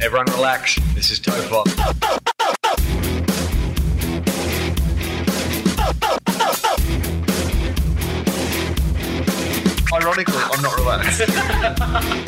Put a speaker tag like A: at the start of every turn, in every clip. A: Everyone relax. This is Topop. Ironically, I'm not relaxed.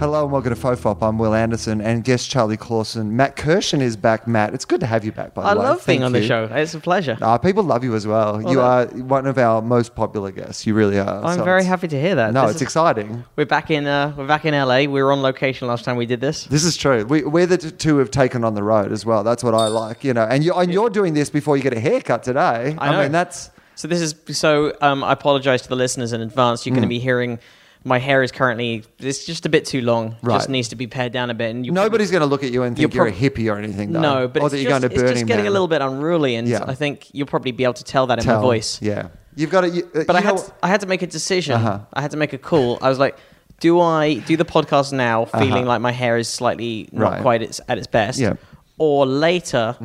B: Hello and welcome to Fofop. I'm Will Anderson and guest Charlie Clausen. Matt Kirshen is back. Matt, it's good to have you back. By the
C: I
B: way,
C: love being
B: Thank
C: on the
B: you.
C: show. It's a pleasure.
B: Ah, people love you as well. you are
C: that-
B: one of our most popular guests. You really are.
C: I'm
B: So
C: very
B: it's-
C: happy to hear that.
B: No,
C: This
B: it's
C: is-
B: exciting.
C: We're back in uh, we're back in LA. We were on location last time we did this.
B: This is true. We, we're the t- two have taken on the road as well. That's what I like, you know. And you and you're doing this before you get a haircut today. I,
C: know.
B: mean, that's
C: So this is so um, I apologize to the listeners in advance. You're going to be hearing my hair is currently it's just a bit too long. It
B: Right.
C: Just needs to be pared down a bit. And you
B: nobody's going to look at you and think
C: You're
B: you're, a hippie or anything. Though,
C: no, but
B: or
C: it's,
B: that
C: just,
B: you're going to
C: it's
B: Burning
C: just getting
B: Man.
C: a little bit unruly, and
B: Yeah.
C: I think you'll probably be able to tell that in
B: Tell.
C: my voice.
B: Yeah, you've got to. Uh-huh. You, uh,
C: But
B: you
C: I had
B: know-
C: to, I had to make a decision. I had to make a call. I was like, do I do the podcast now, feeling like my hair is slightly not
B: Uh-huh. Right.
C: quite its, at its best,
B: Yeah. Mm-hmm.
C: or later,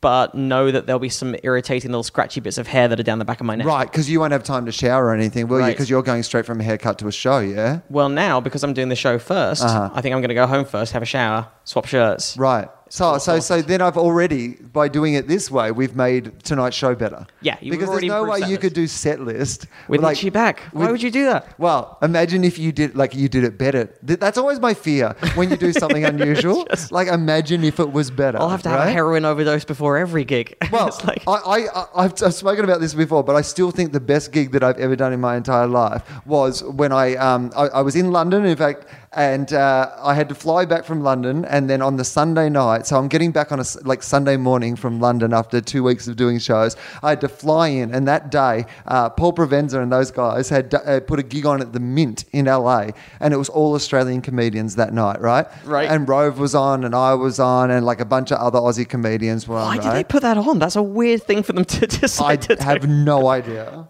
C: but know that there'll be some irritating little scratchy bits of hair that are down the back of my neck.
B: Right, because you won't have time to shower or anything, will you?
C: Right.
B: Because you're going straight from a haircut to a show, yeah?
C: Well, now because I'm doing the show 1st
B: Uh-huh.
C: I think I'm going to go home first, have a shower, swap shirts.
B: Right. So,
C: all
B: so, so
C: sorted.
B: then I've already, by doing it this way, we've made tonight's show better.
C: Yeah, you've
B: because there's
C: already
B: no way
C: improved
B: you
C: set
B: could do set list
C: With Mitchie back. Why would you do that?
B: Well, imagine if you did like you did it better. Th- That's always my fear when you do something unusual. like imagine if it was better.
C: I'll have to have
B: right?
C: a heroin overdose before every gig.
B: Well,
C: it's like
B: I, I, I, I've, I've spoken about this before, but I still think the best gig that I've ever done in my entire life was when I, um, I, I was in London, in fact, and uh, I had to fly back from London, and then on the Sunday night, so I'm getting back on a s- like Sunday morning from London after two weeks of doing shows. I had to fly in, and that day, uh, Paul Provenza and those guys had d- uh, put a gig on at the Mint in LA, and it was all Australian comedians that night, right?
C: Right.
B: And Rove was on, and I was on, and like a bunch of other Aussie comedians were on.
C: why
B: right?
C: did they put that on? That's a weird thing for them to decide
B: I
C: to do.
B: have no idea.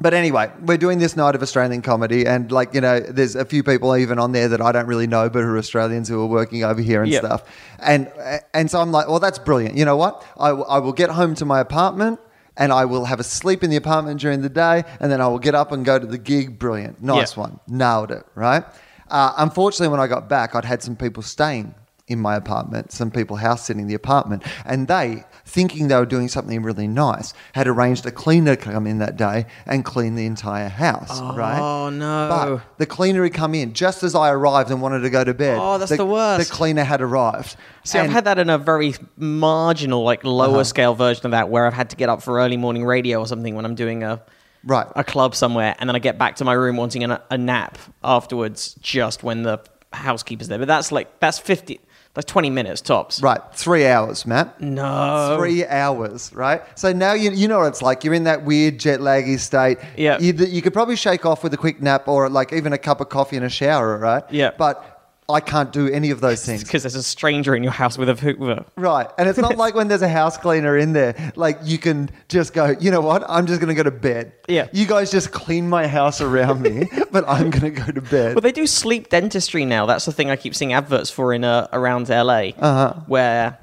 B: But anyway, we're doing this night of Australian comedy, and like you know, there's a few people even on there that I don't really know, but who are Australians who are working over here and
C: Yeah.
B: stuff. And and so I'm like, well, that's brilliant. You know what? I, w- I will get home to my apartment, and I will have a sleep in the apartment during the day, and then I will get up and go to the gig. Brilliant, nice
C: Yeah.
B: one, nailed it, right? Uh, unfortunately, when I got back, I'd had some people staying in my apartment, some people house sitting in the apartment, and they, thinking they were doing something really nice, had arranged a cleaner to come in that day and clean the entire house, right?
C: Oh, no.
B: But the cleaner had come in just as I arrived and wanted to go to bed.
C: Oh, that's the worst.
B: The cleaner had arrived.
C: See, I've
B: And- Uh-huh.
C: had that in a very marginal, like lower scale version of that, where I've had to get up for early morning radio or something when I'm doing a
B: Right.
C: a club somewhere, and then I get back to my room wanting a, a nap afterwards, just when the housekeeper's there. But that's like that's fifty, that's twenty minutes tops.
B: Right, three hours, Matt.
C: No.
B: Three hours, right? So now you, you know what it's like. You're in that weird jet laggy state.
C: Yeah.
B: You, you could probably shake off with a quick nap or like even a cup of coffee and a shower, right?
C: Yeah.
B: But I can't do any of those things.
C: Because there's a stranger in your house with a hoover.
B: Right. And it's not like when there's a house cleaner in there, like you can just go, you know what? I'm just going to go to bed.
C: Yeah.
B: You guys just clean my house around me, but I'm going to go to bed.
C: Well, they do sleep dentistry now. That's the thing I keep seeing adverts for in uh, around LA,
B: Uh-huh.
C: where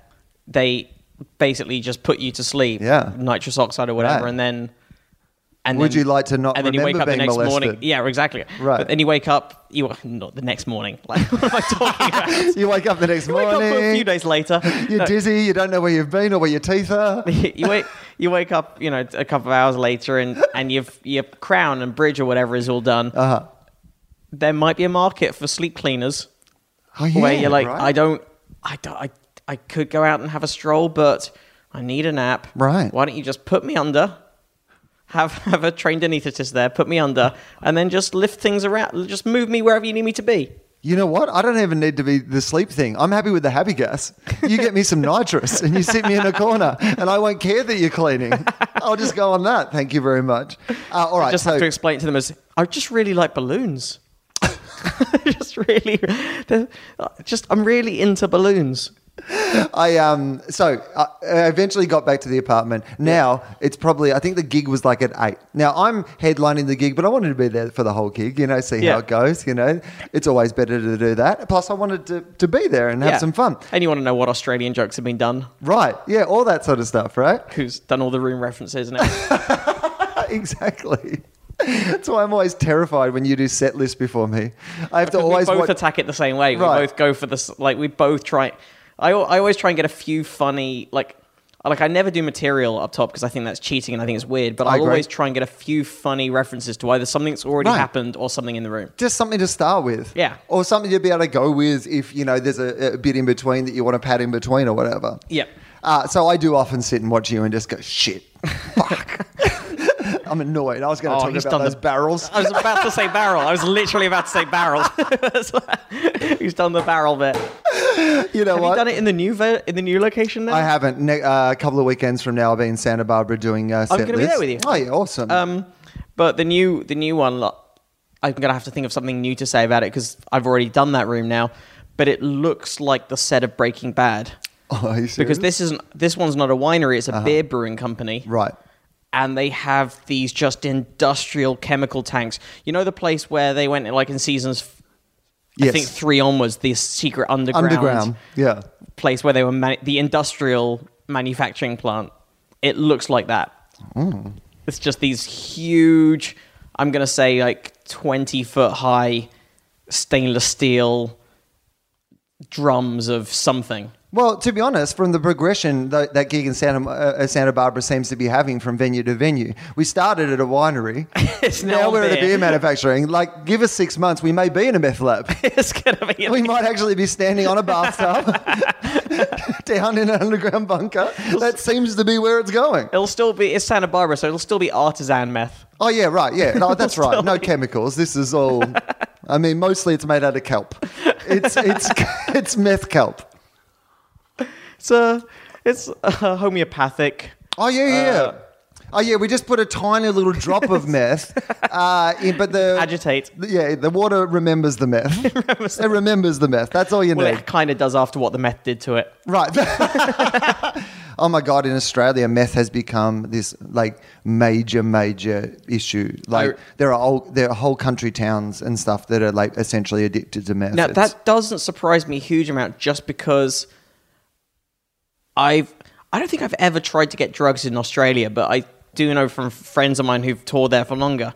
C: they basically just put you to sleep,
B: Yeah.
C: nitrous oxide or whatever,
B: Right.
C: and then. And
B: Would
C: then-
B: you like to not
C: And then you wake
B: remember
C: up the
B: being
C: next morning.
B: molested?
C: Yeah, exactly.
B: Right.
C: But then you wake up. You not the next morning. Like what am I talking about? you
B: you wake up the next
C: wake up
B: morning.
C: a few days later.
B: You're
C: No.
B: dizzy. You don't know where you've been or where your teeth are.
C: you wake you wake up, you know, a couple of hours later, and and your your crown and bridge or whatever is all done.
B: Uh-huh.
C: There might be a market for sleep cleaners.
B: Oh, yeah,
C: where you're like,
B: right?
C: I don't, I don't, I, I could go out and have a stroll, but I need a nap.
B: Right.
C: Why don't you just put me under? Have have a trained anaesthetist there, put me under, and then just lift things around, just move me wherever you need me to be.
B: You know what? I don't even need to be the sleep thing. I'm happy with the happy gas. You get me some nitrous and you sit me in a corner and I won't care that you're cleaning. I'll just go on that. Thank you very much. Uh, all right.
C: just
B: so,
C: have to explain to them as I just really like balloons. just really, they're- just I'm really into balloons.
B: I um so I I eventually got back to the apartment. Now it's probably I think the gig was like at eight. Now I'm headlining the gig, but I wanted to be there for the whole gig. You know, see how
C: Yeah.
B: it goes. You know, it's always better to do that. Plus, I wanted to, to be there and have
C: Yeah.
B: some fun.
C: And you want to know what Australian jokes have been done?
B: Right? Yeah, all that sort of stuff. Right?
C: Who's done all the room references and everything?
B: exactly. That's why I'm always terrified when you do set lists before me. I have to
C: we
B: always
C: both
B: watch-
C: attack it the same way.
B: Right.
C: We both go for this. Like we both try. I al- I always try and get a few funny like. Like I never do material up top because I think that's cheating and I think it's weird. But
B: I
C: I
B: agree.
C: always try and get a few funny references to either something that's already
B: Right.
C: happened or something in the room.
B: just something to start with.
C: Yeah.
B: Or something to be able to go with if, you know, there's a, a bit in between that you want to pad in between or whatever.
C: Yep.
B: Uh, so I do often sit and watch you and just go, shit, fuck. I'm annoyed. I was
C: Oh,
B: going to talk about those barrels.
C: I was about to say barrel. I was literally about to say barrel. That's why- He's done the barrel bit.
B: You know
C: Have
B: what?
C: you done it in the new ver- in the new location now?
B: I haven't. Ne- uh, a couple of weekends from now, I'll be in Santa Barbara doing uh, set
C: gonna be there
B: lists.
C: with you.
B: Oh, yeah, awesome.
C: Um, but the new the new one, lo- I'm gonna have to think of something new to say about it because I've already done that room now. But it looks like the set of Breaking Bad
B: Oh, are you
C: because
B: serious?
C: this isn't this one's not a winery; it's a beer brewing company,
B: Uh-huh. Right.
C: And they have these just industrial chemical tanks. You know the place where they went like in seasons I
B: Yes.
C: think three onwards, the secret underground,
B: Underground. Yeah.
C: place where they were ma- the industrial manufacturing plant. It looks like that. Mm. It's just these huge. I'm gonna say like 20 foot high stainless steel drums of something.
B: Well, to be honest, from the progression that, that gig in Santa, uh, Santa Barbara seems to be having from venue to venue, we started at a winery.
C: It's
B: now
C: now
B: we're at a
C: beer.
B: beer manufacturing. Like, give us six months, we may be in a meth lab.
C: It's gonna be.
B: we might actually be standing on a bathtub down in an underground bunker. That seems to be where it's going.
C: it'll still be. It's Santa Barbara, so it'll still be artisan meth.
B: Oh, yeah, right. Yeah, no, that's right. No chemicals. This is all, I mean, mostly it's made out of kelp. It's, it's, it's meth kelp.
C: It's a. It's uh homeopathic.
B: Oh yeah, yeah.
C: Uh,
B: yeah. Oh yeah, we just put a tiny little drop of meth, uh, in, but the
C: Agitate.
B: the- yeah, the water remembers the meth. it, remembers the meth. That's all you
C: Well,
B: need,
C: it kind of does after what the meth did to it.
B: right? oh my god, in Australia, meth has become this like major, major issue. Like there are old, there are whole country towns and stuff that are like essentially addicted to meth.
C: Now
B: It's-
C: that doesn't surprise me a huge amount, just because I've I don't think I've ever tried to get drugs in Australia, but I do know from friends of mine who've toured there for longer.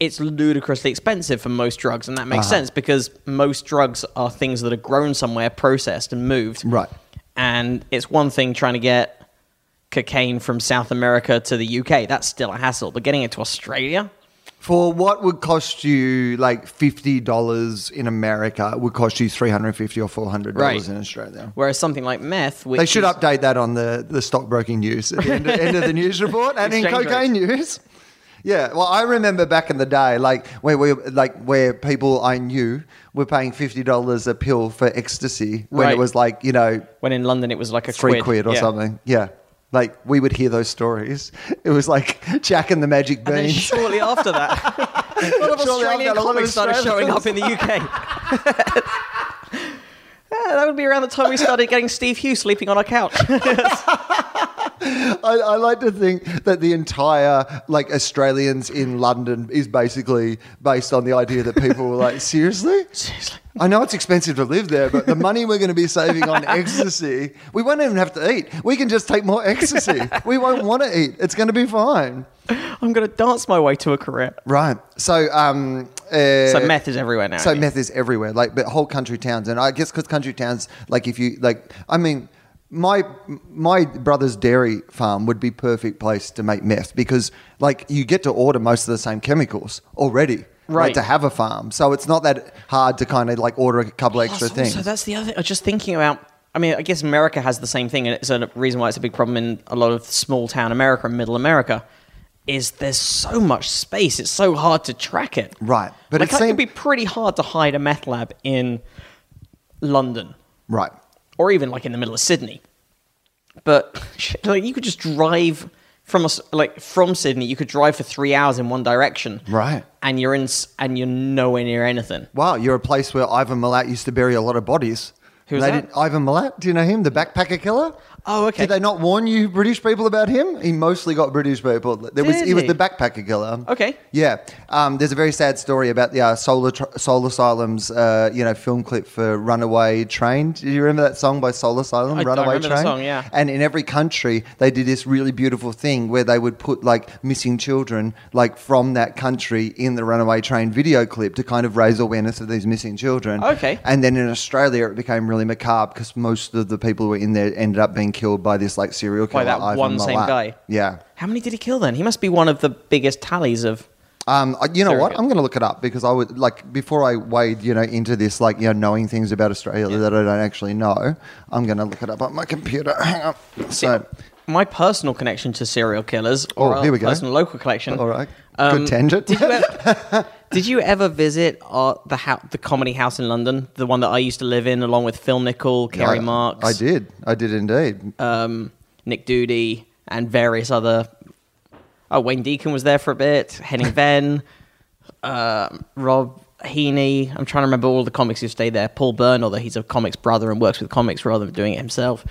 C: It's ludicrously expensive for most drugs, and that makes
B: Uh-huh.
C: sense because most drugs are things that are grown somewhere, processed, and moved.
B: Right.
C: And it's one thing trying to get cocaine from South America to the UK. That's still a hassle, but getting it to Australia,
B: for what would cost you like fifty dollars in America would cost you three hundred fifty or four hundred dollars
C: Right.
B: in Australia.
C: whereas something like meth, which
B: They should
C: is-
B: update that on the, the stockbroking news at the end, end of the news report and in
C: Exchange
B: cocaine news. Yeah, well, I remember back in the day, like where we like where people I knew were paying fifty dollars a pill for ecstasy when it
C: Right.
B: was like you know
C: when in London it was like a
B: three quid, or
C: Yeah.
B: something. Yeah, like we would hear those stories. It was like Jack and the Magic
C: And then
B: Beans.
C: shortly after that, a lot of
B: Shortly
C: Australian
B: after that, a lot of
C: comics started showing
B: Australians.
C: up in the UK. Yeah, that would be around the time we started getting Steve Hughes sleeping on our couch.
B: I, I like to think that the entire like Australians in London is basically based on the idea that people were like, seriously.
C: Seriously.
B: I know it's expensive to live there, but the money we're going to be saving on ecstasy, we won't even have to eat. We can just take more ecstasy. We won't want to eat. It's going to be fine.
C: I'm going to dance my way to a career.
B: Right. So, um, uh,
C: So meth is everywhere now.
B: so
C: yeah.
B: meth is everywhere, like but whole country towns, and I guess because country towns, like if you like, I mean, my my brother's dairy farm would be perfect place to make meth because like you get to order most of the same chemicals already. Like
C: Right.
B: to have a farm, so it's not that hard to kind of like order a couple extra
C: Plus,
B: things.
C: Oh, Also, that's the other thing. I was just thinking about. I mean, I guess America has the same thing, and it's a reason why it's a big problem in a lot of small town America and middle America. Is there's so much space, it's so hard to track it.
B: Right, but
C: like,
B: it seem-
C: would be pretty hard to hide a meth lab in London
B: right.
C: or even like in the middle of Sydney. But shit, like you could just drive from us like from Sydney, you could drive for three hours in one direction,
B: Right.
C: And you're in, s- and you're nowhere near anything.
B: Wow, you're a place where Ivan Milat used to bury a lot of bodies.
C: Who's
B: They
C: that?
B: did- Ivan Milat, do you know him? The backpacker killer?
C: Oh, okay.
B: Did they not warn you British people about him? He mostly got British people. There was
C: Did
B: he was
C: he?
B: the backpacker killer.
C: Okay.
B: Yeah. Um, there's a very sad story about the uh, Soul, Atr- Soul Asylum's uh, you know film clip for Runaway Train. Do you remember that song by Soul Asylum?
C: I- I
B: Runaway
C: remember the
B: Train.
C: song, yeah.
B: And in every country, they did this really beautiful thing where they would put like missing children, like from that country, in the Runaway Train video clip to kind of raise awareness of these missing children.
C: Okay.
B: And then in Australia, it became really macabre because most of the people who were in there ended up being killed by this like serial killer.
C: By that
B: Ivan
C: one same
B: Milat.
C: guy.
B: Yeah.
C: How many did he kill then? He must be one of the biggest tallies of.
B: Um, I- you know
C: Very
B: what?
C: good.
B: I'm going to look it up because I would like before I wade, you know, into this like you know knowing things about Australia that I don't actually know. I'm going to look it up on my computer. Hang on. So,
C: My personal connection to serial killers, or
B: Oh, here we go.
C: personal local collection.
B: all right,
C: Um,
B: good tangent.
C: Did you ever, did you ever visit uh, the hou- the comedy house in London, the one that I used to live in, along with Phil Nichol, Kerry
B: I-
C: Marks,
B: I did. I did indeed.
C: um, Nick Doody, and various other. Oh, Wayne Deacon was there for a bit. Henning Venn, um Rob Heaney. I'm trying to remember all the comics who stayed there. Paul Byrne, although he's a comics brother and works with comics rather than doing it himself.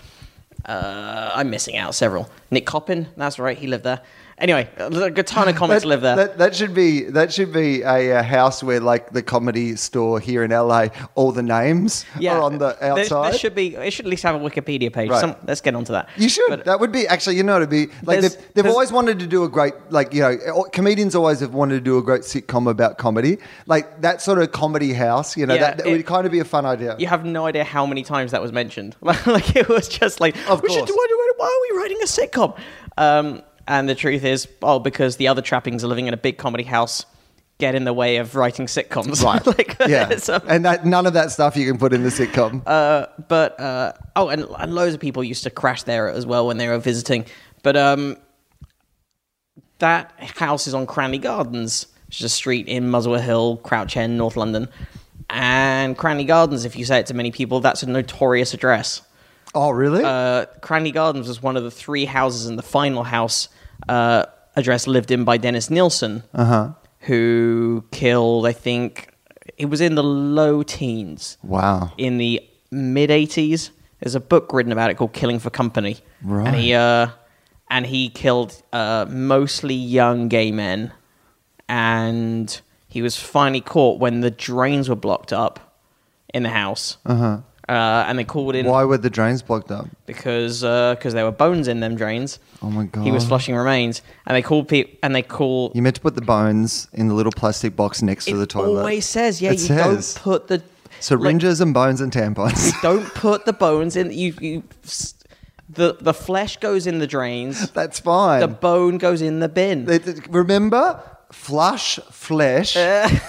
C: Uh, I'm missing out several. Nick Coppin, that's right, he lived there. Anyway, a ton of comics live there.
B: That, that should be that should be a, uh house where like the comedy store here in LA, all the names are on the
C: There-
B: outside.
C: There, should be. It should at least have a Wikipedia page.
B: Right.
C: Some, let's get onto that.
B: You should.
C: But-
B: that would be actually. You know, it'd be like
C: There's-
B: they've, they've
C: there's-
B: always wanted to do a great, like you know, all- comedians always have wanted to do a great sitcom about comedy, like that sort of comedy house. You know,
C: Yeah,
B: that, that would
C: it-
B: kind of be a fun idea.
C: you have no idea how many times that was mentioned. like it was just like,
B: Of
C: we should
B: course.
C: do- why, why are we writing a sitcom? Um, and the truth is, oh, because the other trappings of living in a big comedy house get in the way of writing sitcoms.
B: Right.
C: like,
B: yeah,
C: so-
B: and that none of that stuff you can put in the sitcom.
C: but uh, oh, and, and loads of people used to crash there as well when they were visiting. But um, that house is on Cranley Gardens, which is a street in Muswell Hill, Crouch End, North London. And Cranley Gardens, if you say it to many people, that's a notorious address.
B: oh, really?
C: Uh, Cranley Gardens was one of the three houses in the final house uh, address lived in by Dennis Nielsen,
B: Uh-huh.
C: who killed, I think, it was in the low teens
B: wow.
C: in the mid '80s. There's a book written about it called "Killing for Company,"
B: Right.
C: and he uh, and he killed uh, mostly young gay men, and he was finally caught when the drains were blocked up in the house, uh-huh. and they called in
B: Why were the drains blocked up?
C: because because there were bones in them drains.
B: Oh my
C: He was
B: God.
C: flushing remains, and they called people, and they call
B: You meant to put the bones in the little plastic box next to
C: it
B: the toilet.
C: Always says, yeah,
B: It
C: you
B: says.
C: don't put the like,
B: syringes and bones and tampons.
C: don't put the bones in you, you s- the the flesh goes in the drains
B: That's fine.
C: the bone goes in the bin
B: They- they- remember, flush flesh.
C: Uh,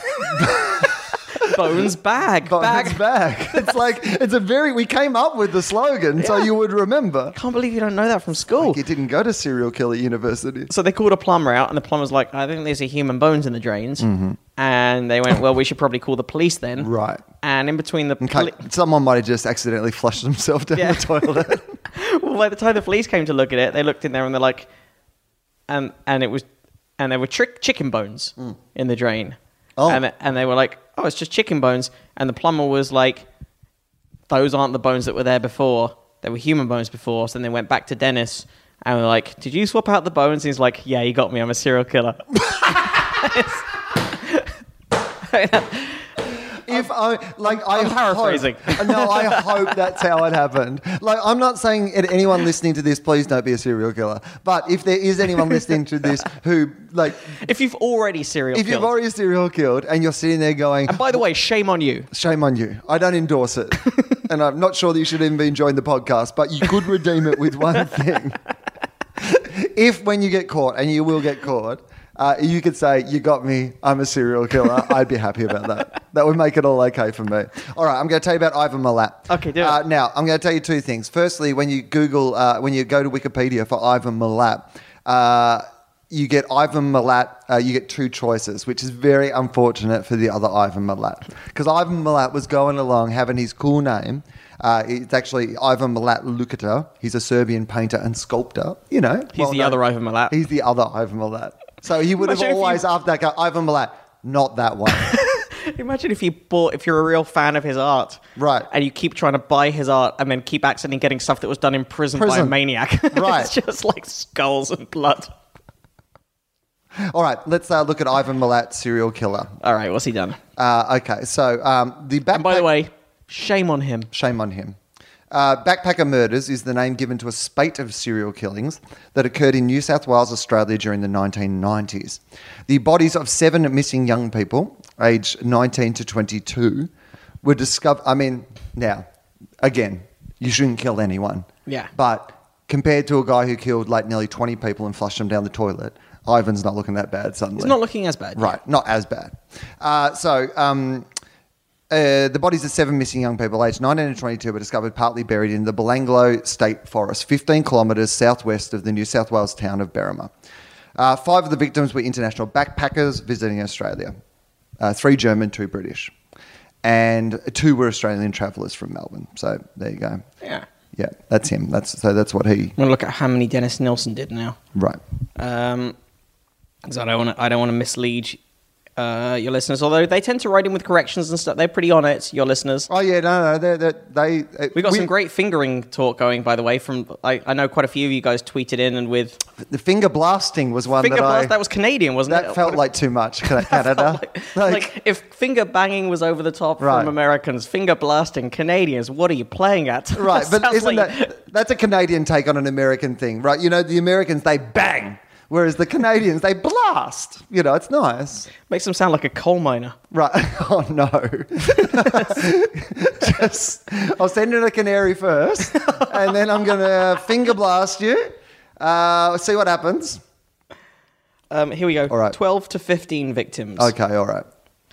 C: bones back
B: But
C: back
B: It's back. It's like it's a very. We came up with the slogan, so
C: Yeah.
B: you would remember.
C: can't believe you don't know that from school
B: You didn't go to serial killer university.
C: so they called a plumber out and the plumber's like i think there's a human bones in the drains and they went well we should probably call the police then
B: Mm-hmm. Right.
C: and in between the
B: Okay,
C: poli-
B: someone might have just accidentally flushed themselves down
C: Yeah.
B: the toilet.
C: well, by the time the police came to look at it, they looked in there and they're like, and and it was, and there were trick chicken bones in the drain.
B: Mm. Oh.
C: and and they were like, oh, it's just chicken bones. And the plumber was like, those aren't the bones that were there before. They were human bones before. So then they went back to Dennis and were like, did you swap out the bones? And he's like, yeah, you got me. I'm a serial killer.
B: if I like, i
C: I'm paraphrasing.
B: Hope, no, I hope that's how it happened. Like, I'm not saying that anyone listening to this, please don't be a serial killer. But if there is anyone listening to this who like,
C: if you've already serial,
B: if you've
C: killed-
B: already serial killed and you're sitting there going,
C: and by the way, shame on you.
B: Shame on you. I don't endorse it. and I'm not sure that you should even be enjoying the podcast, but you could redeem it with one thing. if when you get caught, and you will get caught, uh, you could say, You got me. I'm a serial killer. I'd be happy about that. That would make it all okay for me. All right, I'm going to tell you about Ivan Milat.
C: Okay, do it.
B: Uh, now, I'm going to tell you two things. Firstly, when you Google, uh, when you go to Wikipedia for Ivan Milat, uh, you get Ivan Milat, uh, you get two choices, which is very unfortunate for the other Ivan Milat. Because Ivan Milat was going along having his cool name. Uh, it's actually Ivan Milat Lukata. He's a Serbian painter and sculptor, you know.
C: He's the other Ivan Milat.
B: He's the other Ivan Milat. So he would have
C: Imagine if you-
B: always, after that, go, Ivan Milat, not that one.
C: Imagine if you bought, if you're a real fan of his art,
B: Right.
C: And you keep trying to buy his art, and then keep accidentally getting stuff that was done in prison, by a
B: Prison.
C: maniac,
B: Right.
C: it's just like skulls and blood.
B: All right, let's uh, look at Ivan Milat, serial killer.
C: All right, what's he done?
B: Uh, okay, so um, the backpack.
C: and by the way, shame on him.
B: Shame on him. Uh, backpacker murders is the name given to a spate of serial killings that occurred in New South Wales, Australia during the 1990s. The bodies of seven missing young people, aged 19 to 22, were discovered. I mean, now, again, you shouldn't kill anyone.
C: Yeah.
B: But compared to a guy who killed like nearly 20 people and flushed them down the toilet, Ivan's not looking that bad suddenly.
C: It's not looking as bad.
B: Right, not as bad. Uh, so, um, uh, the bodies of seven missing young people aged 19 to 22 were discovered partly buried in the Belanglo State Forest, 15 kilometres southwest of the New South Wales town of Berrima. Uh, five of the victims were international backpackers visiting Australia uh, three German, two British. And two were Australian travellers from Melbourne. So, there you go.
C: Yeah.
B: Yeah, that's him. That's So, that's what he.
C: I'm gonna look at how many Dennis Nelson did now.
B: Right.
C: Um, 'cause I don't want to. I don't want to mislead uh, your listeners. Although they tend to write in with corrections and stuff. They're pretty on it. Your listeners.
B: Oh, yeah, no, no, they're, they're, they. uh,
C: We got some great fingering talk going, by the way. From I, I know quite a few of you guys tweeted in and with
B: The finger blasting was one
C: finger
B: that
C: blast.
B: I.
C: that was Canadian, wasn't it?
B: That felt like too much, Can- Canada.
C: like,
B: like,
C: like, if finger banging was over the top
B: Right.
C: from Americans, finger blasting Canadians. What are you playing at? That
B: right, but
C: sounds
B: isn't
C: like-
B: that that's a Canadian take on an American thing, right? You know, the Americans they bang, whereas the Canadians they blast. You know, it's nice,
C: makes them sound like a coal miner?
B: right? Oh no! Just, I'll send in a canary first, and then I'm gonna finger blast you. Uh, see what happens.
C: Um, here we go.
B: All right.
C: Twelve to fifteen victims.
B: Okay, all right.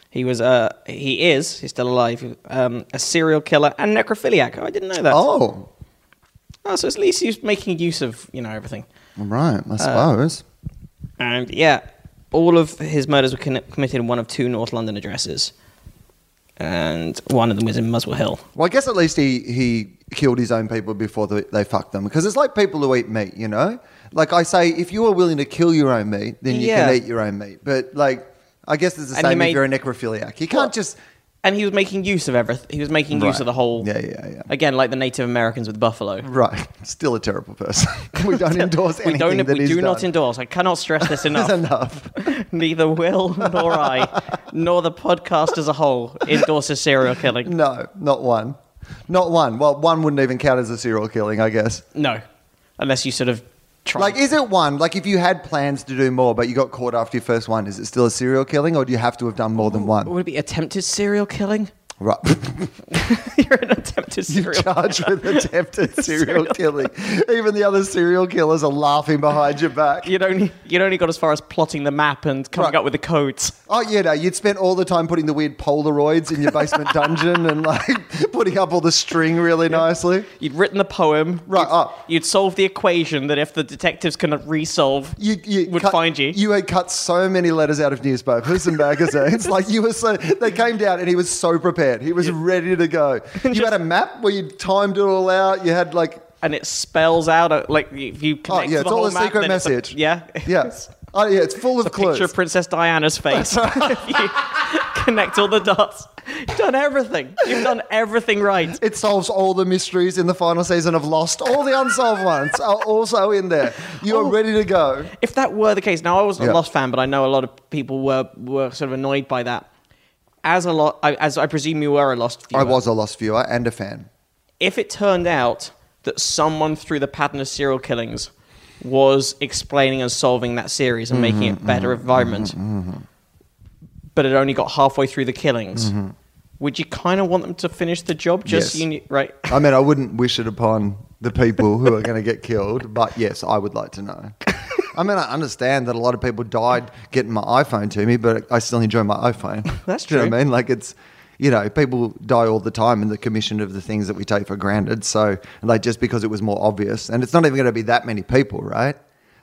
C: He was. Uh, he is. He's still alive. Um, a serial killer and necrophiliac. Oh, I didn't know that.
B: Oh,
C: Oh, so at least he's making use of you know everything.
B: all right. I suppose.
C: And yeah, all of his murders were conne- committed in one of two North London addresses, and one of them was in Muswell Hill.
B: Well, I guess at least he, he killed his own people before the, they fucked them. Because it's like people who eat meat, you know? Like I say, if you are willing to kill your own meat, then you
C: Yeah.
B: can eat your own meat. But like, I guess it's the
C: And he
B: same
C: made-
B: if you're a necrophiliac. You can't just.
C: And he was making use of everything. He was making use
B: Right.
C: of the whole.
B: Yeah, yeah, yeah.
C: Again, like the Native Americans with buffalo.
B: Right. Still a terrible person. we don't endorse
C: We
B: anything
C: don't.
B: that
C: we
B: is
C: do not
B: done.
C: endorse. I cannot stress
B: It's
C: this enough.
B: enough.
C: Neither Will nor I, nor the podcast as a whole, endorses serial killing.
B: No, not one. Not one. Well, one wouldn't even count as a serial killing, I guess.
C: No, unless you sort of try.
B: Like, is it one? Like, if you had plans to do more, but you got caught after your first one, is it still a serial killing, or do you have to have done more than one?
C: would it be attempted serial killing?
B: Right.
C: You're an attempted
B: You're
C: serial.
B: charged with attempted serial killing. Even the other serial killers are laughing behind your back.
C: You'd only you'd only got as far as plotting the map and coming
B: Right.
C: up with the codes.
B: Oh, yeah, no, you'd spent all the time putting the weird Polaroids in your basement dungeon and like putting up all the string really nicely.
C: You'd written the poem.
B: Right,
C: You'd,
B: oh.
C: you'd solve the equation that if the detectives can resolve,
B: You, you
C: would
B: cut-
C: find you.
B: You had cut so many letters out of newspapers and magazines. like you were so they came down, and he was so prepared. He was ready to go. You had a map where you timed it all out. You had like
C: and it spells out uh, like if you connect
B: oh yeah,
C: to
B: it's
C: the
B: all
C: whole
B: a
C: map,
B: secret
C: then it's a-
B: message.
C: yeah,
B: yeah. Oh yeah, it's full of clues.
C: Picture of Princess Diana's face. If you connect all the dots. You've done everything. You've done everything right.
B: It solves all the mysteries in the final season of Lost. All the unsolved ones are also in there. You are ready to go.
C: if that were the case, now I wasn't
B: Yeah.
C: a Lost fan, but I know a lot of people were were sort of annoyed by that. As a lot, I, as I presume you were a Lost viewer.
B: I was a Lost viewer and a fan.
C: If it turned out that someone through the pattern of serial killings was explaining and solving that series and making
B: Mm-hmm,
C: it better environment, but it only got halfway through the killings, would you kind of want them to finish the job?
B: Mm-hmm.
C: Just
B: Yes.
C: you knew, right?
B: I mean, I wouldn't wish it upon the people who are going to get killed, but yes, I would like to know. I mean, I understand that a lot of people died getting my iPhone to me, but I still enjoy my iPhone.
C: That's
B: Do you know what
C: true.
B: I mean? Like, it's, you know, people die all the time in the commission of the things that we take for granted. So, like, just because it was more obvious, and it's not even going to be that many people, right?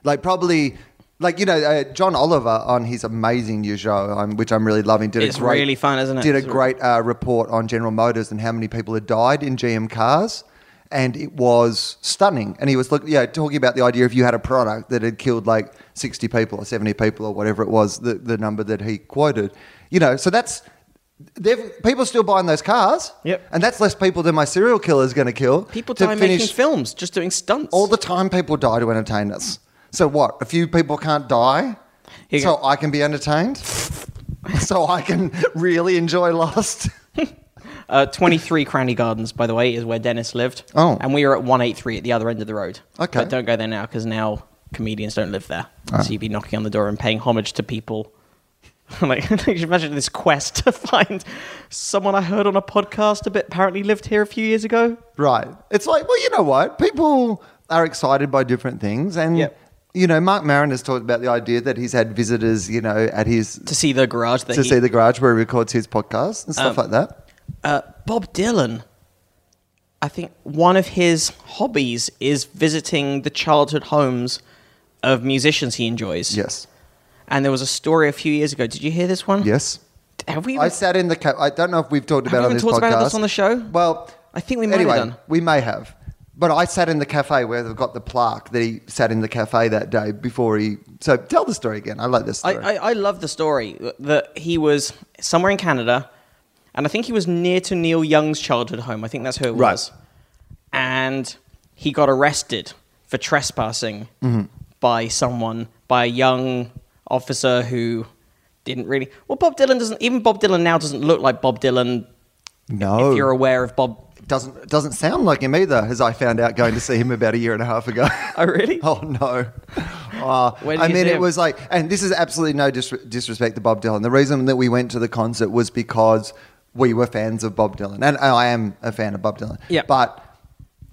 B: Like, probably Like you know, uh, John Oliver on his amazing new show, um, which I'm really loving, did
C: It's
B: a great,
C: really fun, isn't it?
B: Did a
C: It's re-
B: great uh, report on General Motors and how many people had died in GM cars, and it was stunning. And he was look, yeah, talking about the idea if you had a product that had killed like 60 people or 70 people or whatever it was, the, the number that he quoted. You know, so that's they've people still buying those cars.
C: Yep.
B: and that's less people than my serial killer is going to kill.
C: People
B: to
C: die making films, just doing stunts.
B: all the time people die to entertain us. So what? A few people can't die,
C: Here you
B: so
C: go.
B: I can be entertained. so I can really enjoy Lost.
C: uh, 23 Cranny Gardens, by the way, is where Dennis lived.
B: Oh.
C: And we are at 183 at the other end of the road.
B: Okay. Ah.
C: But don't go there now because now comedians don't live there. So you'd be knocking on the door and paying homage to people. like, can you imagine this quest to find someone I heard on a podcast a bit apparently lived here a few years ago?
B: right. It's like, well, you know what? People are excited by different things, and
C: Yep.
B: you know, Mark Maron has talked about the idea that he's had visitors, you know, at his
C: To see the garage that
B: to
C: he-
B: see the garage where he records his podcast and stuff like that.
C: uh, Bob Dylan. I think one of his hobbies is visiting the childhood homes of musicians he enjoys.
B: Yes.
C: And there was a story a few years ago. Did you hear this one?
B: Yes.
C: Have we?
B: I
C: Even,
B: sat in the cab. I don't know if we've talked
C: Have
B: about it on
C: we even
B: this
C: talked
B: podcast.
C: about this on the show?
B: Well,
C: I think we might have
B: anyway,
C: done.
B: We may have, but I sat in the cafe where they've got the plaque that he sat in the cafe that day before he. So tell the story again. I like this
C: I,
B: story.
C: I, I love the story that he was somewhere in Canada, and I think he was near to Neil Young's childhood home. I think that's who it
B: Right.
C: was. And he got arrested for trespassing
B: Mm-hmm.
C: by someone, by a young officer who didn't really. Well, Bob Dylan doesn't. Even Bob Dylan now doesn't look like Bob Dylan.
B: no,
C: If you're aware of Bob.
B: doesn't doesn't sound like him either, as I found out going to see him about a year and a half ago.
C: Oh, really?
B: Oh no! Uh,
C: Where did
B: I
C: you
B: mean,
C: see
B: it
C: him?
B: was like, and this is absolutely no dis- disrespect to Bob Dylan. The reason that we went to the concert was because we were fans of Bob Dylan, and and I am a fan of Bob Dylan.
C: Yeah.
B: but.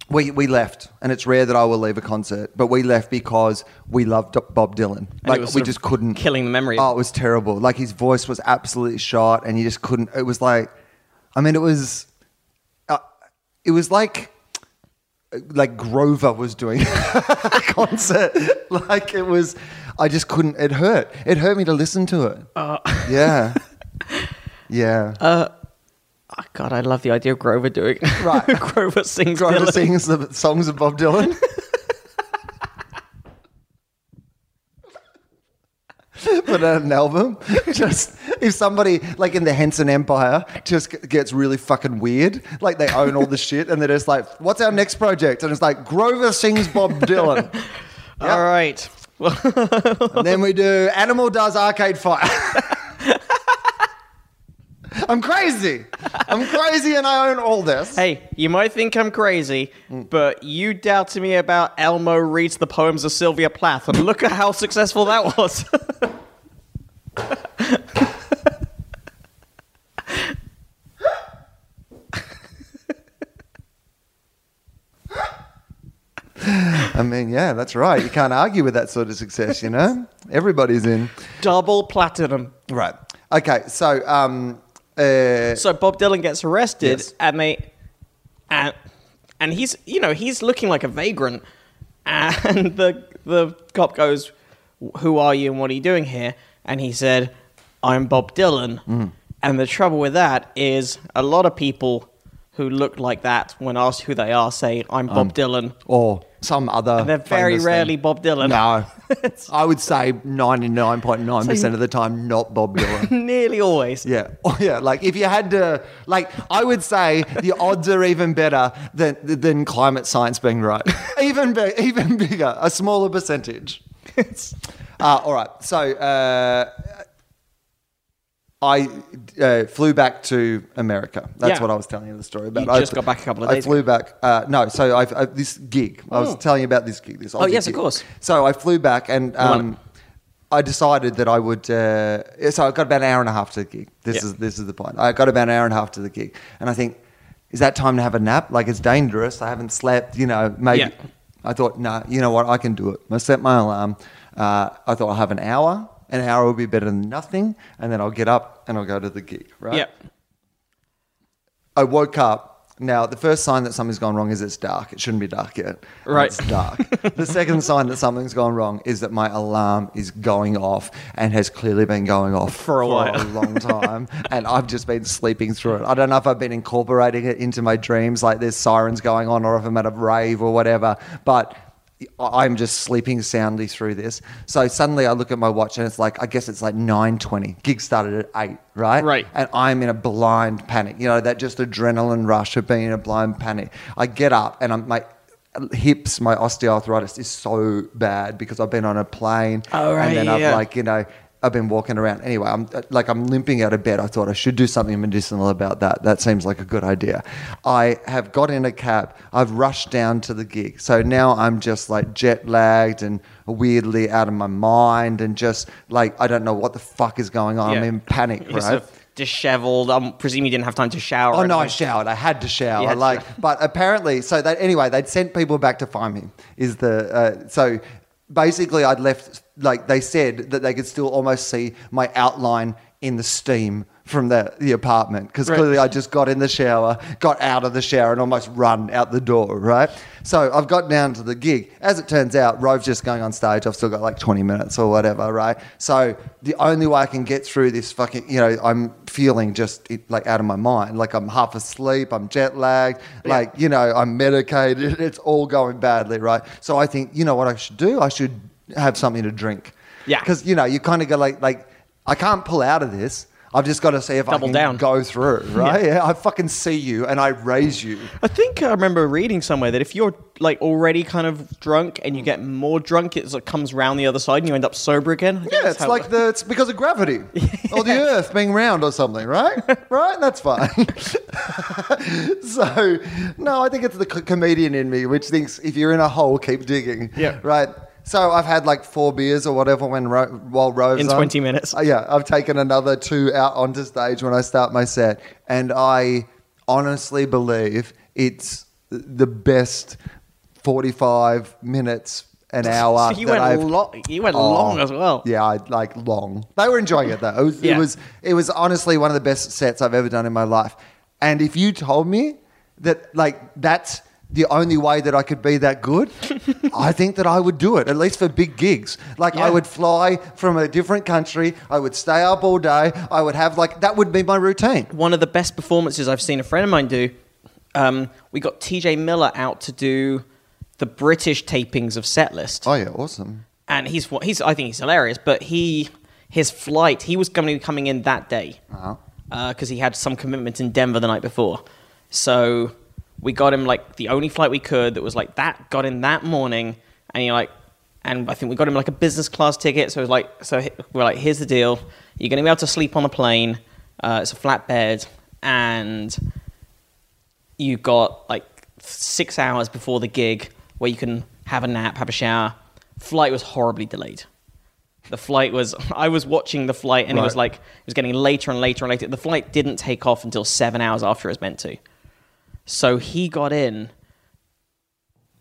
B: We, we left, and it's rare that I will leave a concert, but we left because we loved Bob Dylan. Like
C: was
B: we
C: sort of
B: just couldn't
C: killing the memory of
B: Oh,
C: it.
B: it was terrible. Like his voice was absolutely shot, and you just couldn't. It was like, I mean, it was, uh, it was like like Grover was doing a concert. Like it was, I just couldn't. It hurt. It hurt me to listen to it.
C: Uh,
B: yeah, yeah.
C: Oh God, I love the idea of Grover doing.
B: Right.
C: Grover sings.
B: Grover
C: Dylan.
B: sings the songs of Bob Dylan. But on an album, just if somebody like in the Henson Empire just g- gets really fucking weird, like they own all the shit, and they're just like, "What's our next project?" And it's like Grover sings Bob Dylan.
C: All right.
B: And then we do Animal Does Arcade Fire. I'm crazy. I'm crazy and I own all this.
C: Hey, you might think I'm crazy, but you doubted me about Elmo reads the poems of Sylvia Plath, and look at how successful that was.
B: I mean, yeah, that's right. You can't argue with that sort of success, you know? Everybody's in.
C: Double platinum.
B: Right. Okay, so um uh
C: So Bob Dylan gets arrested,
B: Yes.
C: and they, and, and he's you know he's looking like a vagrant, and the the cop goes, "Who are you and what are you doing here?" And he said, "I'm Bob Dylan." And the trouble with that is a lot of people who look like that, when asked who they are, say, "I'm Bob Dylan."
B: or some other
C: They're very
B: famous
C: rarely
B: thing.
C: Bob Dylan.
B: No. I would say 99.9%
C: So you-
B: of the time not Bob Dylan.
C: Nearly always.
B: Yeah. Oh, yeah. Like if you had to, like I would say the odds are even better than than climate science being right. even be, even bigger, a smaller percentage. Uh, all right. So uh, I uh, flew back to America. That's
C: Yeah.
B: what I was telling you the story about.
C: You
B: I
C: just got back a couple of
B: I
C: days Oh.
B: flew back. Uh, no. So I've, I this gig. I was telling you about this gig. This. Aussie
C: yes, of
B: gig.
C: course.
B: So I flew back and.
C: wanna-
B: Um, I decided that I would. Uh, so I got about an hour and a half to the gig. This
C: Yeah.
B: is this is the point. I got about an hour and a half to the gig, and I think, is that time to have a nap? Like it's dangerous. I haven't slept. You know, maybe.
C: Yeah.
B: I thought, no, you know what? I can do it. I set my alarm. Uh, I thought I'll have an hour. An hour will be better than nothing, and then I'll get up and I'll go to the gig. Right.
C: Yeah.
B: I woke up Now, the first sign that something's gone wrong is it's dark. It shouldn't be dark yet. And
C: Right.
B: It's dark. the second sign that something's gone wrong is that my alarm is going off and has clearly been going off
C: For a while.
B: long time. and I've just been sleeping through it. I don't know if I've been incorporating it into my dreams, like there's sirens going on, or if I'm at a rave or whatever. But I- I'm just sleeping soundly through this. So suddenly I look at my watch and it's like, I guess it's like 9.20. Gig started at 8, right?
C: Right.
B: And I'm in a blind panic. You know, that just adrenaline rush of being in a blind panic. I get up and I'm, my hips, my osteoarthritis is so bad because I've been on a plane.
C: Oh, right,
B: And then
C: yeah,
B: I've
C: yeah.
B: like, you know, I've been walking around. Anyway, I'm uh, like, I'm limping out of bed. I thought I should do something medicinal about that. That seems like a good idea. I have got in a cab. I've rushed down to the gig. So now I'm just like jet lagged and weirdly out of my mind and just like, I don't know what the fuck is going on. I'm
C: Yeah.
B: in panic,
C: You're
B: right?
C: sort of disheveled. I'm presuming you didn't have time to shower.
B: Oh no, I
C: and-
B: showered. I had to shower.
C: You had to
B: like,
C: shower.
B: but apparently, so that anyway, they'd sent people back to find me. Is the uh, so basically, I'd left. Like they said that they could still almost see my outline in the steam from the the apartment because
C: Right.
B: clearly I just got in the shower, got out of the shower, and almost run out the door. Right. So I've got down to the gig. As it turns out, Rove's just going on stage. I've still got like twenty minutes or whatever. Right. So the only way I can get through this fucking, you know, I'm feeling just it- like out of my mind. Like I'm half asleep, I'm jet lagged, like, you know, I'm medicated, it's all going badly, right? So I think, you know what I should do? I should have something to drink.
C: Yeah.
B: Because, you know, you kind of go like, like, I can't pull out of this. I've just got to see if
C: Double
B: I can
C: down.
B: go through, right? Yeah. I fucking see you and I raise you.
C: I think I remember reading somewhere that if you're like already kind of drunk and you get more drunk, it sort of comes round the other side and you end up sober again. I think
B: Yeah,
C: that's
B: it's
C: how-
B: like the it's because of gravity or the Earth being round or something, right? right, that's fine. so, no, I think it's the co- comedian in me which thinks if you're in a hole, keep digging.
C: Yeah.
B: right. So I've had like four beers or whatever when Ro- while Rove's
C: In
B: on.
C: 20 minutes.
B: Uh, yeah, I've taken another two out onto stage when I start my set, and I honestly believe it's the best forty-five minutes. An hour.
C: you
B: that
C: went
B: I've- Oh.
C: lo- you went long as well.
B: yeah, I like long. They were enjoying it though. It was, it
C: Yeah.
B: was it was honestly one of the best sets I've ever done in my life. And if you told me that like that's the only way that I could be that good, I think that I would do it, at least for big gigs. Like I
C: Yeah.
B: would fly from a different country, I would stay up all day, I would have like that would be my routine.
C: one of the best performances I've seen a friend of mine do. Um, we got TJ Miller out to do the British tapings of Setlist,
B: Oh yeah, awesome.
C: and he's wa- he's I think he's hilarious. But he his flight he was going to be coming in that day because he had some commitments in Denver the night before. So we got him like the only flight we could that was like that. Got him that morning, and he like and I think we got him like a business class ticket. So it was like, so he- we're like, here's the deal: you're going to be able to sleep on a plane. Uh, it's a flat bed, and you got like six hours before the gig where you can have a nap, have a shower. Flight was horribly delayed. The flight was. I was watching the flight, and it was
B: Right.
C: like it was getting later and later and later. The flight didn't take off until seven hours after it was meant to. So he got in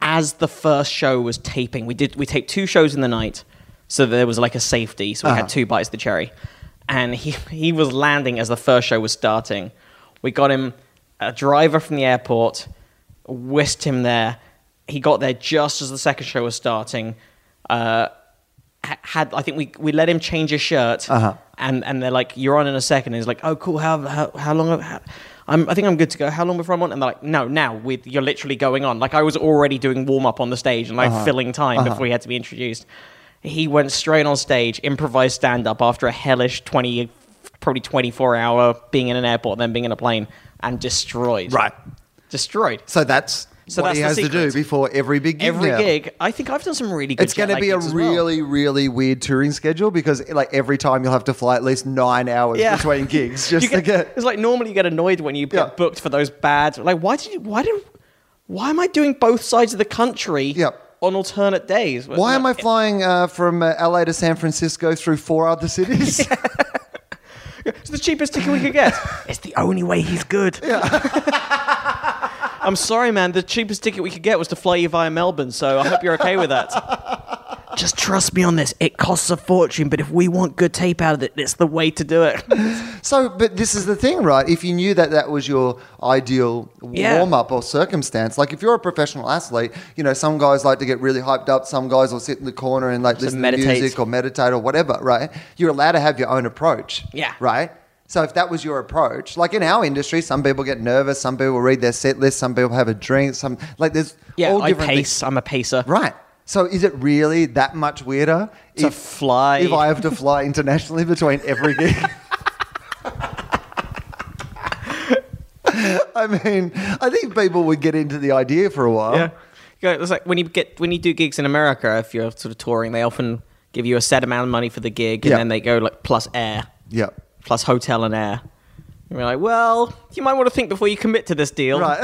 C: as the first show was taping. We did we taped two shows in the night, so there was like a safety. So we had two bites of the cherry, and he he was landing as the first show was starting. We got him a driver from the airport, whisked him there. He got there just as the second show was starting. Uh, ha- had I think we, we let him change his shirt,
B: Uh-huh.
C: and and they're like, "You're on in a second. And he's like, "Oh, cool. How how, how long? How, I'm, I think I'm good to go. How long before I'm on?" And they're like, "No, now we you're literally going on. Like I was already doing warm up on the stage and like
B: Uh-huh.
C: filling time before he had to be introduced." He went straight on stage, improvised stand up after a hellish twenty, probably twenty four hour being in an airport, then being in a plane, and destroyed.
B: Right.
C: destroyed.
B: So that's
C: So
B: what
C: that's
B: he
C: the
B: has to do
C: secret.
B: before every big gig.
C: Every
B: now.
C: gig, I think I've done some really good.
B: It's going to
C: jet-lag
B: be a
C: gigs as well.
B: really, really weird touring schedule because, like, every time you'll have to fly at least nine hours
C: yeah.
B: between gigs just
C: You get-
B: to get.
C: It's like normally you get annoyed when you
B: Yeah.
C: get booked for those bad. Like, why did you? Why did? Why am I doing both sides of the country?
B: Yeah.
C: On alternate days.
B: Why am I flying uh, from uh, LA to San Francisco through four other cities?
C: It's the cheapest ticket we could get. it's the only way he's good. I'm sorry, man. The cheapest ticket we could get was to fly you via Melbourne. So I hope you're okay with that. Just trust me on this. It costs a fortune, but if we want good tape out of it, it's the way to do it.
B: So, but this is the thing, right? If you knew that that was your ideal
C: Yeah.
B: warm up or circumstance, like if you're a professional athlete, you know, some guys like to get really hyped up, some guys will sit in the corner and like listen to
C: meditate.
B: music or meditate or whatever, right? You're allowed to have your own approach.
C: Yeah.
B: Right? So if that was your approach, like in our industry, some people get nervous, some people read their set list, some people have a drink, some like there's
C: yeah,
B: all
C: I
B: different
C: pace.
B: things.
C: I'm a pacer.
B: Right. So is it really that much weirder
C: To fly.
B: if I have to fly internationally between every gig? I mean, I think people would get into the idea for a while.
C: Yeah. Go- It's like when Oh. you get when you do gigs in America, if you're sort of touring, they often give you a set amount of money for the gig, and
B: Yeah.
C: then they go like plus air,
B: Yeah.
C: plus hotel and air. And you're like, well, you might want to think before you commit to this deal.
B: Right.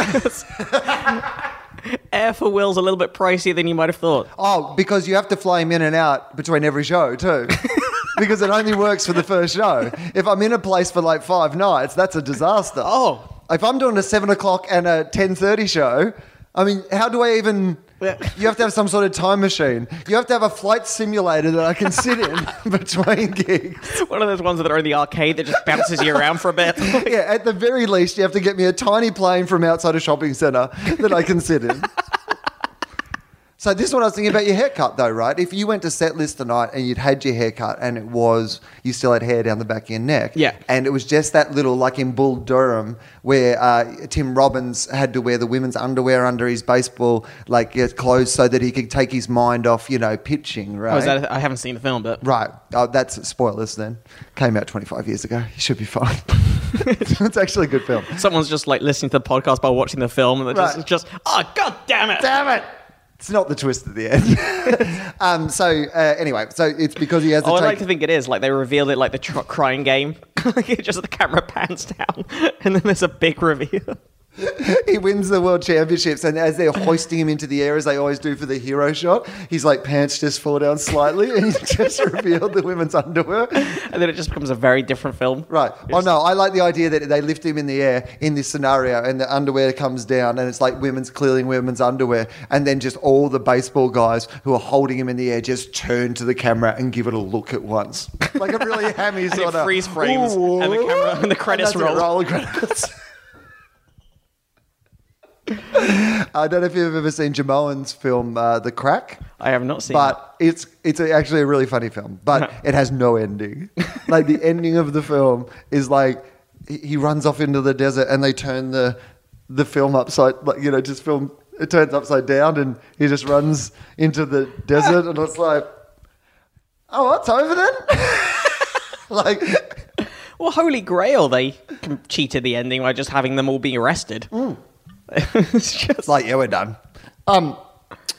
C: air for Will's a little bit pricier than you might have thought.
B: Oh, because you have to fly him in and out between every show too. because it only works for the first show. If I'm in a place for like five nights, that's a disaster.
C: Oh.
B: If I'm doing a seven o'clock and a ten thirty show, I mean, how do I even
C: Yeah.
B: you have to have some sort of time machine. You have to have a flight simulator that I can sit in between gigs.
C: One of those ones that are in the arcade that just bounces you around for a bit.
B: Yeah, at the very least, you have to get me a tiny plane from outside a shopping centre that I can sit in. So this is what I was thinking about your haircut, though, right? If you went to set list tonight and you'd had your haircut and it was you still had hair down the back of your neck,
C: Yeah.
B: and it was just that little like in Bull Durham where uh, Tim Robbins had to wear the women's underwear under his baseball like uh, clothes so that he could take his mind off, you know, pitching, right?
C: Oh, is that, I haven't seen the film, but
B: Right. Oh, that's spoilers then. Came out 25 years ago. You should be fine. it's actually a good film.
C: someone's just like listening to the podcast by watching the film, and they're
B: Right.
C: just, just oh god damn it!
B: Damn it. It's not the twist at the end. um, so, uh, anyway, so it's because he has to
C: Oh, I
B: take.
C: like to think it is like they revealed it like the tr- crying game. like it just the camera pans down, and then there's a big reveal.
B: he wins the world championships, and as they're hoisting him into the air, as they always do for the hero shot, he's like pants just fall down slightly, and he just revealed the women's underwear.
C: and then it just becomes a very different film.
B: Right.
C: It's-
B: Oh no, I like the idea that they lift him in the air in this scenario, and the underwear comes down, and it's like women's clearly women's underwear, and then just all the baseball guys who are holding him in the air just turn to the camera and give it a look at once, like a really hammy
C: And
B: sort
C: it
B: of
C: freeze frames, and the camera- and the credits
B: that's it,
C: roll.
B: roll credits. I don't know if you've ever seen Jamoan's film uh, The Crack
C: I have not seen. it.
B: but it's it's a, actually a really funny film but it has no ending like the ending of the film is like he he runs off into the desert and they turn the the film upside like you know just film it turns upside down and he just runs into the desert and it's like oh that's over then like
C: well, Holy Grail, they com- cheated the ending by just having them all being arrested.
B: Mm.
C: it's just
B: It's like, yeah, we're done. Um,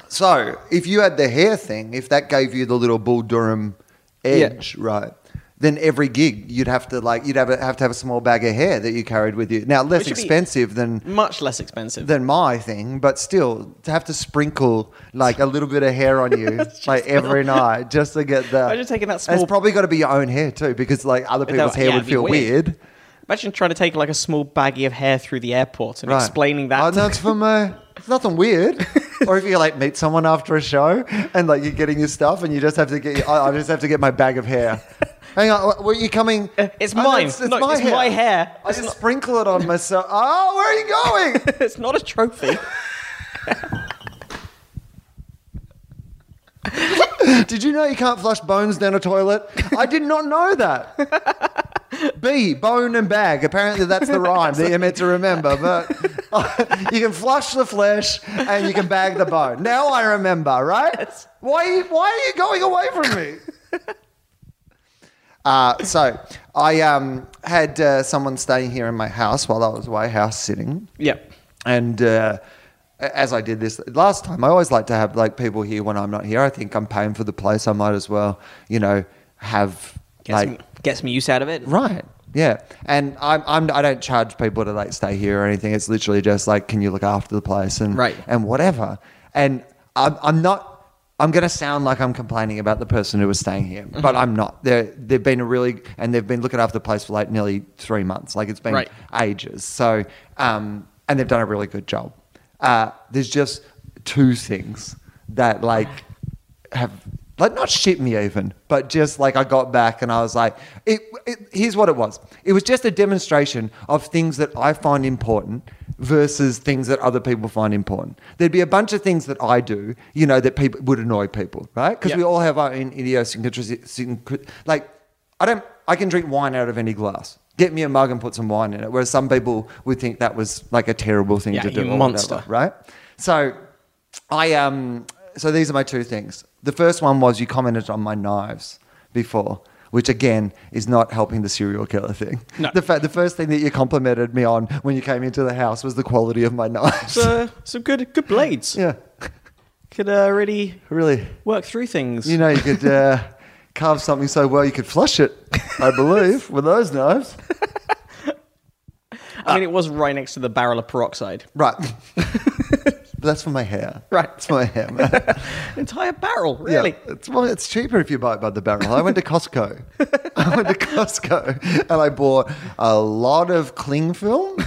B: so if you had the hair thing, if that gave you the little Bull Durham edge, right? Then every gig you'd have to like you'd have, a, have to have a small bag of hair that you carried with you. Now less
C: Which would be-
B: expensive than
C: much less expensive.
B: than my thing, but still to have to sprinkle like a little bit of hair on you like every night just to get the.
C: I'm just taking that
B: And
C: small-
B: It's probably got to be your own hair too because like other
C: That-
B: people's hair
C: yeah,
B: would
C: it'd be
B: feel
C: weird.
B: weird.
C: Imagine trying to take like a small baggie of hair through the airport and
B: Right.
C: explaining that.
B: Oh,
C: to-
B: no, it's from uh, it's nothing weird. or if you like meet someone after a show and like you're getting your stuff and you just have to get, I, I just have to get my bag of hair. Hang on, wh- were you coming?
C: It's
B: Oh, no,
C: mine. Look, it's my hair.
B: I
C: It's
B: just
C: not-
B: sprinkle it on myself. Oh, where are you going?
C: it's not a trophy.
B: Did you know you can't flush bones down a toilet? I did not know that. B, bone and bag. Apparently, that's the rhyme that you're meant to remember. But you can flush the flesh and you can bag the bone. Now I remember, right? Why, are you- why are you going away from me? Uh, so I um, had uh, someone staying here in my house while I was away house sitting.
C: yep.
B: And uh, as I did this last time, I always like to have like people here when I'm not here. I think I'm paying for the place. I might as well, you know, have
C: Get,
B: like
C: some, get some use out of it.
B: right. Yeah, and I'm, I'm I don't charge people to like stay here or anything. It's literally just like, can you look after the place and
C: Right.
B: and whatever. And I'm, I'm not. I'm going to sound like I'm complaining about the person who was staying here,
C: Mm-hmm.
B: but I'm not. They're, they've been a really and they've been looking after the place for like nearly three months. Like it's been
C: Right.
B: ages. So, um, and they've done a really good job. Uh, there's just two things that like have like not shit me even, but just like I got back and I was like, it, it, here's what it was. It was just a demonstration of things that I find important versus things that other people find important. There'd be a bunch of things that I do, you know, that people would annoy people, right? Because we
C: Yeah.
B: all have our own idiosyncrasies. Like, I don't. I can drink wine out of any glass. Get me a mug and put some wine in it. Whereas some people would think that was like a terrible thing
C: Yeah,
B: to do,
C: you
B: or whatever,
C: monster.
B: right? So, I um. So these are my two things. The first one was you commented on my knives before, which again is not helping the serial killer thing.
C: No.
B: The fa- the first thing that you complimented me on when you came into the house was the quality of my knives.
C: So, some good good blades.
B: yeah,
C: Could uh, really
B: really.
C: work through things.
B: You know, you could uh, carve something so well you could flush it, I believe, with those knives.
C: I
B: uh,
C: mean, it was right next to the barrel of peroxide.
B: Right. But That's for my hair.
C: Right.
B: It's my hair, man.
C: Entire barrel, really.
B: Yeah. It's, well, it's cheaper if you buy it by the barrel. I went to Costco. I went to Costco and I bought a lot of cling film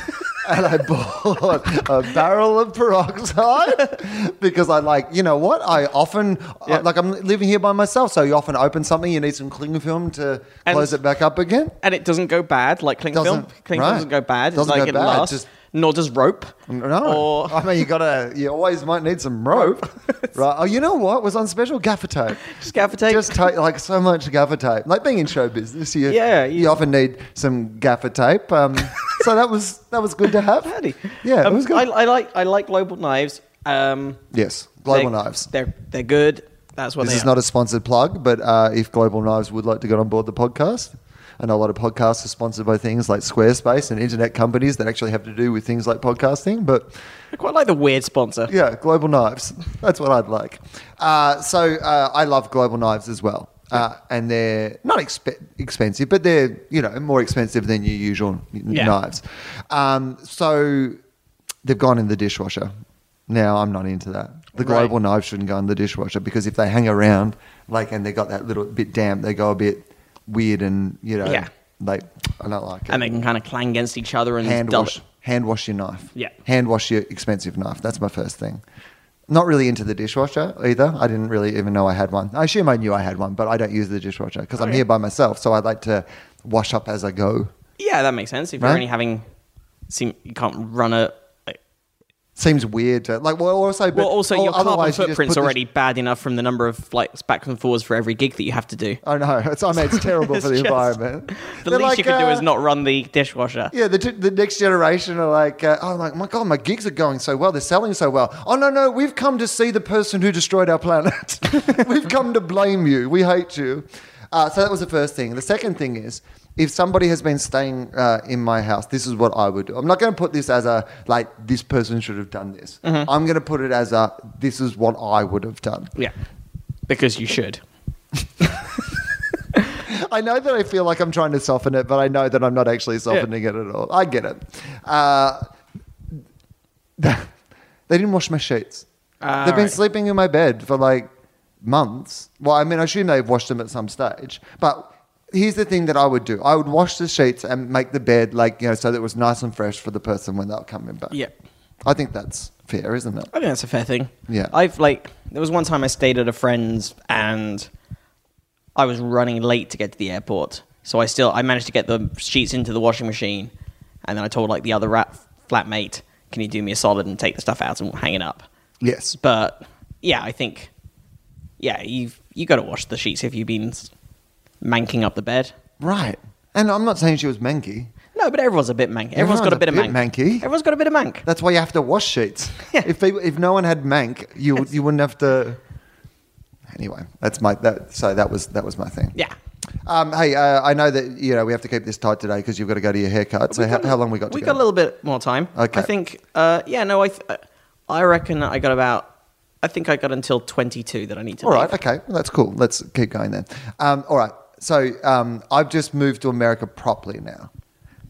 B: and I bought a barrel of peroxide because I like, you know what? I often,
C: Yeah.
B: like, I'm living here by myself. So you often open something, you need some cling film to
C: And-
B: close it back up again.
C: And it doesn't go bad like cling film.
B: Doesn't-
C: Cling
B: right.
C: film doesn't go bad.
B: Doesn't
C: it's like
B: go
C: it
B: bad,
C: lasts.
B: just-
C: nor does rope.
B: No,
C: Or
B: I mean you gotta. You always might need some rope, right? Oh, you know what was on special gaffer tape?
C: Just gaffer tape.
B: Just ta- like so much gaffer tape. Like being in show business, you
C: Yeah,
B: you,
C: you-
B: often need some gaffer tape. Um, so that was that was good to have.
C: Paddy.
B: Yeah, it
C: Um,
B: was good.
C: I, I like I like global knives. Um,
B: yes, Global
C: they're-
B: Knives.
C: They're they're good. That's what
B: This
C: they
B: is
C: are.
B: not a sponsored plug, but uh, if Global Knives would like to get on board the podcast, I know a lot of podcasts are sponsored by things like Squarespace and internet companies that actually have to do with things like podcasting, but.
C: I quite like the weird sponsor.
B: Yeah, Global Knives. That's what I'd like. Uh, so uh, I love Global Knives as well. Uh, and they're not exp- expensive, but they're, you know, more expensive than your usual n-
C: Yeah.
B: knives. Um, so they've gone in the dishwasher. Now I'm not into that. The
C: Right.
B: Global Knives shouldn't go in the dishwasher because if they hang around, like, and they got that little bit damp, they go a bit weird and, you know,
C: Yeah.
B: like, I don't like it
C: And they can kind of clang against each other and
B: hand
C: dull
B: wash
C: it.
B: hand wash your knife.
C: Yeah.
B: Hand wash your expensive knife. That's my first thing. Not really into the dishwasher either. I didn't really even know I had one. I assume I knew I had one, but I don't use the dishwasher because I'm
C: Okay.
B: here by myself, so I like to wash up as I go.
C: Yeah, that makes sense. If
B: Right?
C: you're only having, seem you can't run a. Like,
B: Seems weird to like. Well, also, but
C: well, also
B: or
C: your carbon
B: otherwise you just
C: footprint's
B: put the-
C: already bad enough from the number of flights back and forwards for every gig that you have to do.
B: I know. It's, I mean, it's terrible for the
C: It's just-
B: environment.
C: The
B: They're
C: least you
B: like,
C: can do is
B: uh,
C: not run the dishwasher.
B: Yeah, the, t- the next generation are like, uh, oh, like, my God, my gigs are going so well. They're selling so well. Oh, no, no, we've come to see the person who destroyed our planet. we've come to blame you. We hate you. Uh, so that was the first thing. The second thing is, if somebody has been staying uh, in my house, this is what I would do. I'm not going to put this as a, like, this person should have done this. I'm going to put it as a, this is what I would have done.
C: Yeah, because you should.
B: I know that I feel like I'm trying to soften it, but I know that I'm not actually softening it at all. I get it. Uh, they didn't wash my sheets.
C: Ah,
B: They've been
C: right.
B: sleeping in my bed for like months. Well, I mean, I assume they've washed them at some stage. But here's the thing that I would do I would wash the sheets and make the bed, like, you know, so that it was nice and fresh for the person when they were coming back.
C: Yeah.
B: I think that's fair, isn't it?
C: I think that's a fair thing.
B: Yeah.
C: I've like there was one time I stayed at a friend's and I was running late to get to the airport. So I still I managed to get the sheets into the washing machine and then I told like the other rat flatmate, can you do me a solid and take the stuff out and hang it up?
B: Yes.
C: But yeah, I think yeah, you've you gotta wash the sheets if you've been s- manking up the bed.
B: Right. And I'm not saying she was manky.
C: No, but everyone's a bit mank. Everyone's got a bit of
B: Everyone's a
C: mank.
B: bit manky.
C: Everyone's got a bit of mank.
B: That's why you have to wash sheets.
C: Yeah.
B: If they, if no one had mank, you you wouldn't have to. Anyway, that's my that. So that was that was my thing.
C: Yeah.
B: Um, hey, uh, I know that you know we have to keep this tight today because you've got to go to your haircut. So how, how long we got?
C: We
B: to
C: got
B: go?
C: a little bit more time.
B: Okay.
C: I think. Uh, yeah. No. I. Th- I reckon I got about. I think I got until twenty-two that I need to.
B: All right.
C: leave.
B: Okay. Well, that's cool. Let's keep going then. Um, all right. So um, I've just moved to America properly now.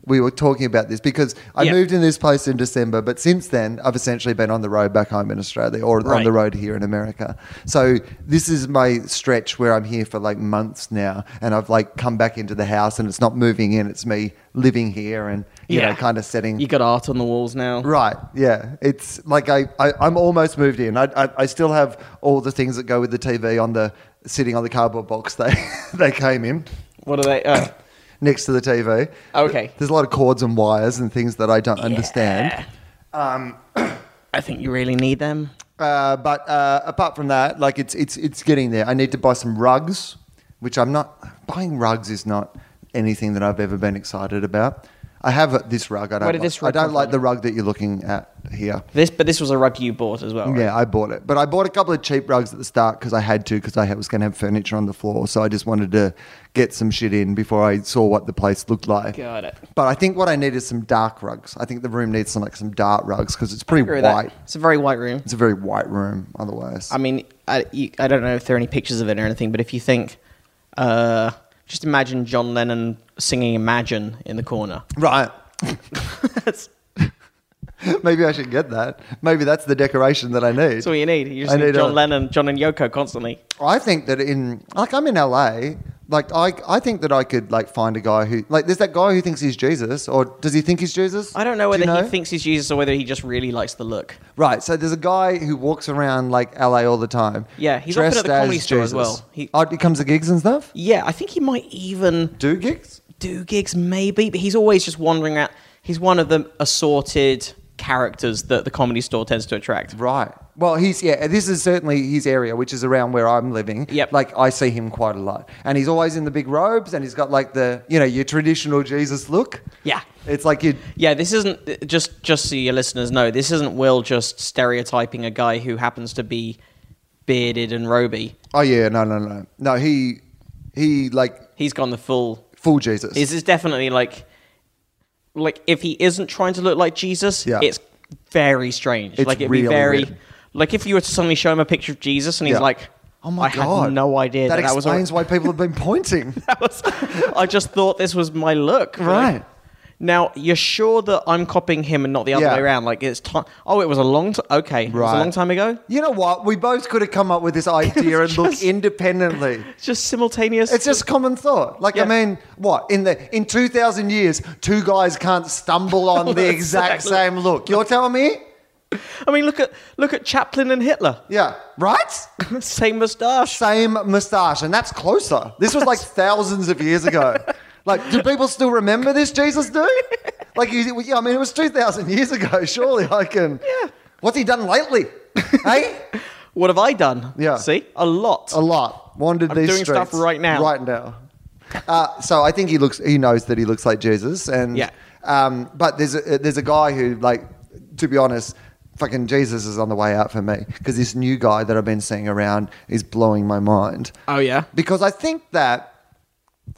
B: We were talking about this because I
C: Yeah.
B: moved in this place in December, but since then I've essentially been on the road back home in Australia or on
C: Right.
B: the road here in America. So this is my stretch where I'm here for like months now, and I've like come back into the house, and it's not moving in; it's me living here and you know kind of setting
C: You got art on the walls now.
B: Right. Yeah. It's like I, I I'm almost moved in. I, I I still have all the things that go with the TV on the sitting on the cardboard box they they came in
C: What are they? Oh,
B: next to the TV.
C: Okay.
B: There's a lot of cords and wires and things that I don't understand.
C: I think you really need them.
B: Uh, but uh, apart from that, like it's it's it's getting there. I need to buy some rugs, which I'm not buying. Rugs is not anything that I've ever been excited about. I have this rug. I don't.
C: Where did
B: like,
C: this rug
B: I
C: come
B: don't like
C: from?
B: the rug that you're looking at here.
C: This, but this was a rug you bought as well. right?
B: Yeah, I bought it, but I bought a couple of cheap rugs at the start because I had to because I had- was going to have furniture on the floor, so I just wanted to get some shit in before I saw what the place looked like.
C: Got it.
B: But I think what I need is some dark rugs. I think the room needs some like some dark rugs because it's pretty
C: Agree with
B: white.
C: that. It's a very white room.
B: It's a very white room, otherwise.
C: I mean, I, you, I don't know if there are any pictures of it or anything, but if you think, uh, just imagine John Lennon singing "Imagine" in the corner.
B: right.
C: that's,
B: Maybe I should get that. Maybe that's the decoration that I need.
C: that's all you need. You
B: I
C: just need,
B: need
C: John
B: a-
C: Lennon, John and Yoko constantly.
B: I think that in like I'm in LA. Like I, I think that I could like find a guy who like there's that guy who thinks he's Jesus or does he think he's Jesus?
C: I don't know
B: Do
C: whether
B: you
C: he thinks he's Jesus or whether he just really likes the look.
B: Right, so there's a guy who walks around like LA all the time.
C: Yeah, he's often at the
B: dressed
C: comedy
B: as
C: store as
B: Jesus.
C: well. He-
B: oh, he comes to gigs and stuff.
C: Yeah, I think he might even
B: Do gigs?
C: do gigs, maybe, but he's always just wandering out. He's one of the assorted characters that the comedy store tends to attract.
B: Right. Well, he's yeah. This is certainly his area, which is around where I'm living.
C: Yep.
B: Like I see him quite a lot, and he's always in the big robes, and he's got like the you know your traditional Jesus look.
C: Yeah.
B: It's like you.
C: Yeah, this isn't just just so your listeners know, this isn't Will just stereotyping a guy who happens to be bearded and roby.
B: Oh yeah, no, no, no, no. He he like
C: He's gone the full.
B: full Jesus.
C: This is definitely like, like if he isn't trying to look like Jesus,
B: Yeah.
C: it's very strange.
B: It's
C: like it'd
B: really
C: be very,
B: weird.
C: like if you were to suddenly show him a picture of Jesus and he's
B: Yeah.
C: like,
B: oh my
C: I
B: god,
C: had no idea that,
B: That,
C: that was a-
B: explains why people have been pointing.
C: that was- I just thought this was my look. Like,
B: Right.
C: now you're sure that I'm copying him and not the other
B: Yeah.
C: way around. Like it's time. Oh, it was a long time. Okay, it was a
B: Right.
C: long time ago.
B: you know what? We both could have come up with this idea and look
C: just-
B: independently.
C: It's just simultaneous.
B: It's just common thought. Like
C: Yeah.
B: I mean, what in the in two thousand years, two guys can't stumble on the exact
C: Exactly.
B: same look. You're telling me?
C: I mean, look at look at Chaplin and Hitler.
B: Yeah, right.
C: Same moustache.
B: Same moustache, and that's closer. This was like thousands of years ago. Like, do people still remember this Jesus dude? Like, you- yeah, I mean, it was two thousand years ago. Surely I can.
C: Yeah.
B: What's he done lately? hey,
C: What have I done?
B: Yeah.
C: See, a lot.
B: a lot. Wandered
C: I'm
B: these
C: doing stuff
B: streets
C: right now.
B: Right now. Uh, so I think he looks. He knows that he looks like Jesus, and
C: Yeah.
B: Um, but there's a, there's a guy who, like, to be honest, fucking Jesus is on the way out for me because this new guy that I've been seeing around is blowing my mind.
C: Oh, yeah?
B: Because I think that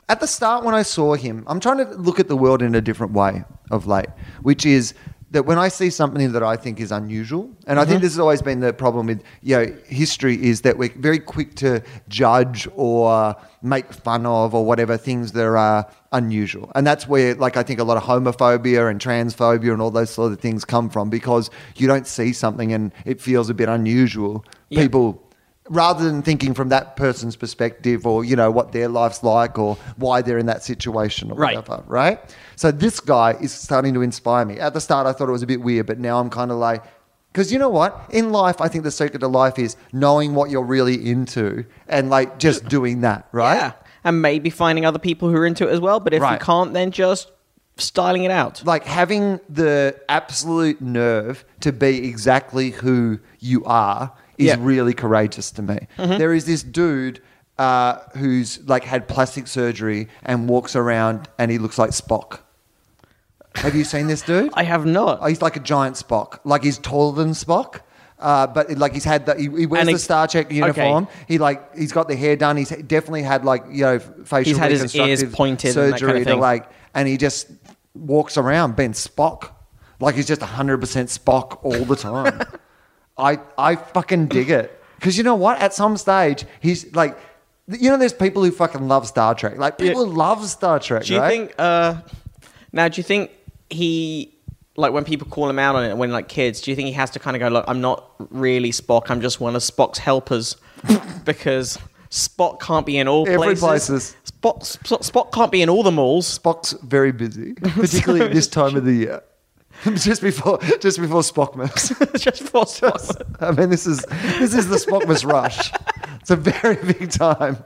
B: at the start when I saw him, I'm trying to look at the world in a different way of late, which is that when I see something that I think is unusual, and I think this has always been the problem with you know history is that we're very quick to judge or make fun of or whatever things that are unusual, and that's where like I think a lot of homophobia and transphobia and all those sort of things come from because you don't see something and it feels a bit unusual.
C: Yeah.
B: People rather than thinking from that person's perspective or you know what their life's like or why they're in that situation or
C: Right.
B: whatever right so this guy is starting to inspire me at the start i thought it was a bit weird but now i'm kind of like because you know what in life i think the secret to life is knowing what you're really into and like just doing that right
C: Yeah. And maybe finding other people who are into it as well. But if
B: Right.
C: you can't, then just styling it out.
B: like having the absolute nerve to be exactly who you are is
C: Yeah.
B: really courageous to me. There is this dude uh, who's like had plastic surgery and walks around and he looks like Spock. Have you seen this dude?
C: I have not.
B: Oh, he's like a giant Spock. Like he's taller than Spock. Uh, but like he's had the he, he wears
C: And
B: the
C: ex-
B: Star Trek uniform. He like he's got the hair done. He's definitely had like you know facial
C: He's had his ears
B: reconstructive
C: pointed and that kind of
B: surgery to
C: thing.
B: like, and he just walks around being Spock, like he's just hundred percent Spock all the time. I I fucking dig it because you know what? At some stage, he's like, you know, there's people who fucking love Star Trek. Like
C: Yeah.
B: people love Star Trek.
C: do you
B: right?
C: think? Uh, now, do you think he? Like when people call him out on it, when like kids, do you think he has to kind of go, "Look, I'm not really Spock. I'm just one of Spock's helpers," because Spock can't be in all
B: Every
C: places.
B: places.
C: Spock, Spock, Spock can't be in all the malls.
B: Spock's very busy, particularly at this time of the year. just before just before Spockmas.
C: just for spots.
B: I mean, this is this is the Spockmas rush. It's a very big time.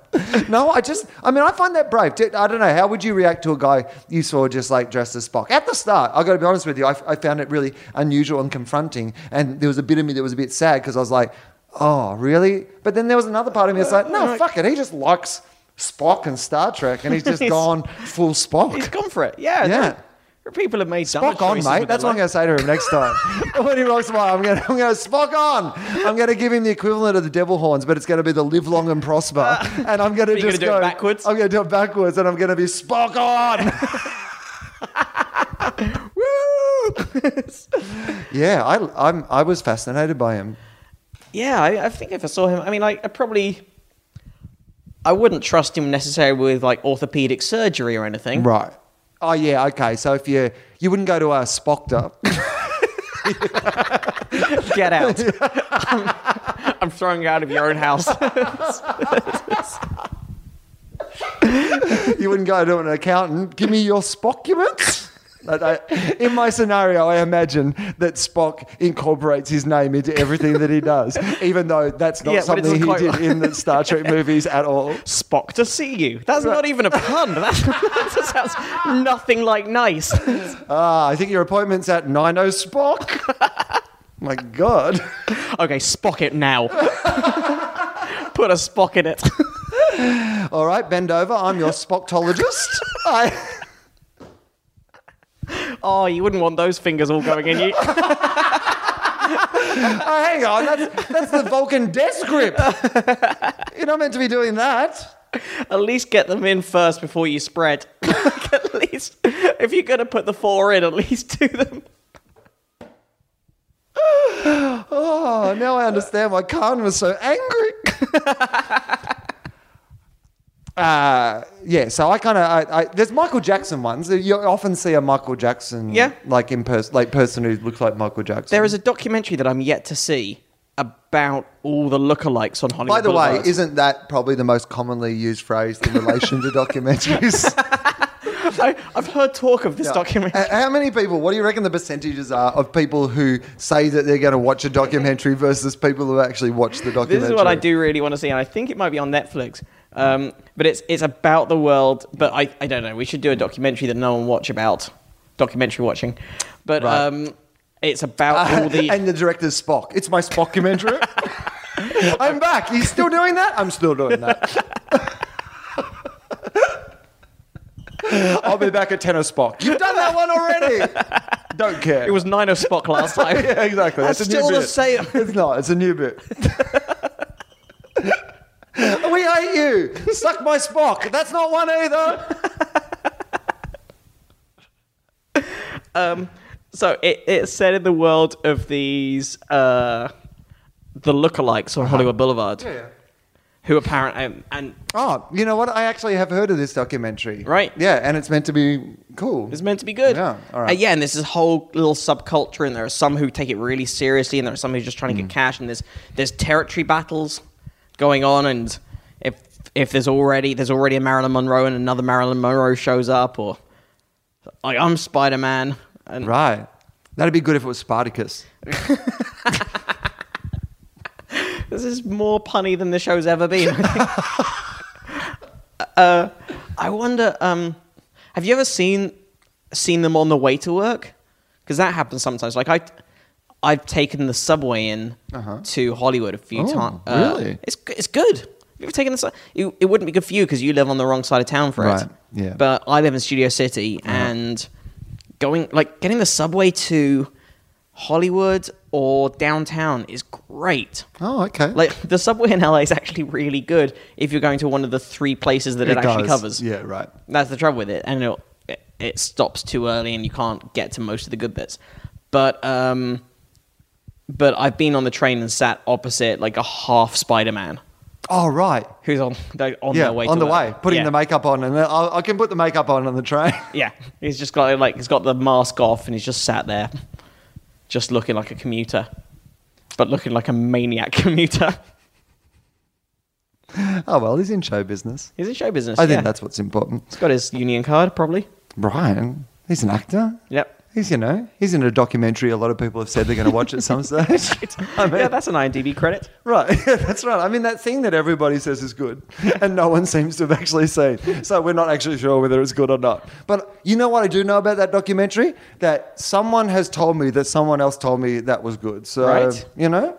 B: No, I just, I mean, I find that brave. Did- I don't know. How would you react to a guy you saw just like dressed as Spock? At the start, I've got to be honest with you, I, I found it really unusual and confronting. And there was a bit of me that was a bit sad because I was like, oh, really? But then there was another part of me that's like, no, fuck it. He just likes Spock and Star Trek and he's just
C: He's-
B: gone full Spock.
C: He's gone for it. Yeah.
B: Yeah.
C: no. People have made dumb
B: Spock on,
C: choices
B: mate.
C: with
B: That's what
C: their
B: I'm going to say to him next time. when he rocks my, I'm going to, I'm going to Spock on. I'm going to give him the equivalent of the devil horns, but it's going to be the live long and prosper. and I'm going to
C: You're gonna
B: just
C: do it
B: go
C: backwards?
B: I'm going to do it backwards, and I'm going to be Spock on.
C: life. Woo!
B: yeah, I, I'm, I was fascinated by him.
C: yeah, I, I think if I saw him, I mean, like, I probably, I wouldn't trust him necessarily with like orthopedic surgery or anything.
B: Right. Oh yeah. Okay. So if you you wouldn't go to a Spockter,
C: Get out. I'm, I'm throwing you out of your own house.
B: you wouldn't go to an accountant. Give me your Spockiments. But I, in my scenario, I imagine that Spock incorporates his name into everything that he does, even though that's not
C: Yeah, but it
B: something he
C: doesn't quite
B: did
C: work.
B: in the Star Trek movies at all.
C: Spock to see you. That's not even a pun. That's, that sounds nothing like nice.
B: Ah, I think your appointment's at 90 Spock. my God.
C: Okay, Spock it now. Put a Spock in it.
B: All right, bend over. I'm your Spocktologist. I,
C: Oh, you wouldn't want those fingers all going in you.
B: oh, hang on. That's, that's the Vulcan death grip. You're not meant to be doing that.
C: At least get them in first before you spread. Like, at least, if you're gonna put the four in, at least do them.
B: Oh, now I understand why Khan was so angry. uh, yeah, so I kind of I, I, there's Michael Jackson ones. You often see a Michael Jackson,
C: Yeah.
B: like in person, like person who looks like Michael Jackson.
C: There is a documentary that I'm yet to see about all the lookalikes on Hollywood.
B: By the way,
C: Boulevard.
B: isn't that probably the most commonly used phrase in relation to documentaries?
C: I, I've heard talk of this documentary.
B: Uh, How many people? What do you reckon the percentages are of people who say that they're going to watch a documentary versus people who actually watch the documentary?
C: This is what I do really want to see, and I think it might be on Netflix. Um, but it's it's about the world. But I, I don't know. We should do a documentary that no one watch about documentary watching. But
B: Right. Uh,
C: um, it's about all the
B: and the director's Spock. It's my Spockumentary. I'm back. He's still doing that. I'm still doing that. I'll be back at ten of Spock. You've done that one already. Don't care.
C: it was nine of Spock last time.
B: yeah, exactly.
C: That's
B: That's, a new
C: still the
B: bit.
C: same.
B: It's not. It's a new bit. we hate you. Suck my Spock. That's not one either.
C: So it, it's set in the world of these uh, the lookalikes
B: Uh-huh.
C: on Hollywood Boulevard, who apparently and, and
B: Oh, you know what? I actually have heard of this documentary.
C: Right.
B: Yeah, and it's meant to be cool.
C: It's meant to be good.
B: Yeah, all right.
C: Uh, yeah, and there's this whole little subculture, and there are some who take it really seriously, and there are some who just trying to
B: Mm.
C: get cash, and there's there's territory battles going on, and if if there's already there's already a Marilyn Monroe and another Marilyn Monroe shows up, or like I'm Spider Man, and
B: Right. That'd be good if it was Spartacus.
C: this is more punny than the show's ever been. I think. uh, I wonder, um, have you ever seen seen them on the way to work? Because that happens sometimes. Like I, I've taken the subway in to Hollywood a few
B: Uh-huh. Oh,
C: times.
B: really?
C: It's g- it's good. Have you ever taken the? su- It, it wouldn't be good for you because you live on the wrong side of town for
B: Right,
C: it.
B: yeah. Uh-huh.
C: But I live in Studio City, and going like getting the subway to Hollywood or downtown is great.
B: Oh, okay.
C: Like the subway in LA is actually really good if you're going to one of the three places that it, actually
B: does.
C: covers.
B: Yeah, right.
C: That's the trouble with it, and it'll- it it stops too early, and you can't get to most of the good bits. But um, but I've been on the train and sat opposite like a half Spider Man
B: Oh, right.
C: who's on like, on
B: Yeah,
C: their way
B: on
C: to
B: the
C: work.
B: way, putting
C: Yeah.
B: the makeup on, and then I, I can put the makeup on on the train.
C: Yeah, he's just got like he's got the mask off, and he's just sat there, just looking like a commuter, but looking like a maniac commuter.
B: Oh well, he's in show business.
C: He's in show business.
B: I think
C: yeah.
B: that's what's important.
C: He's got his union card, probably.
B: Brian, He's an actor.
C: Yep.
B: He's, you know, he's in a documentary a lot of people have said they're going to watch at some stage. I mean,
C: yeah, that's an IMDb credit.
B: Right, that's right. I mean, that thing that everybody says is good, and no one seems to have actually seen. So we're not actually sure whether it's good or not. But you know what I do know about that documentary? That someone has told me that someone else told me that was good. So
C: Right.
B: you know,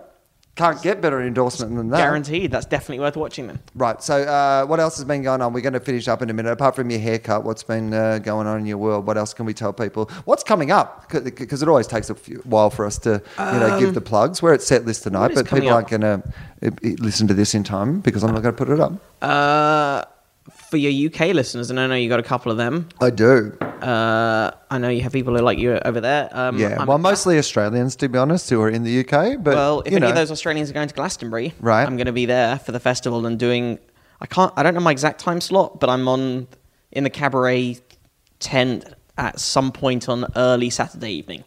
B: can't get better endorsement than that.
C: Guaranteed. That's definitely worth watching them.
B: Right. So uh, what else has been going on? We're going to finish up in a minute. Apart from your haircut, what's been uh, going on in your world? What else can we tell people? What's coming up? Because it always takes a few, while for us to you know give the plugs. We're at set list tonight,
C: Um, what is
B: but people
C: coming up?
B: aren't going to listen to this in time because I'm not going to put it up.
C: Uh, for your UK listeners, and I know you got a couple of them.
B: I do.
C: Uh, I know you have people who like you over there. Um,
B: Yeah.
C: I'm-
B: well, mostly Australians, to be honest, who are in the UK. But
C: Well, if
B: you
C: any
B: know,
C: of those Australians are going to Glastonbury,
B: Right.
C: I'm going to be there for the festival and doing. I can't. I don't know my exact time slot, but I'm on in the cabaret tent at some point on early Saturday evening.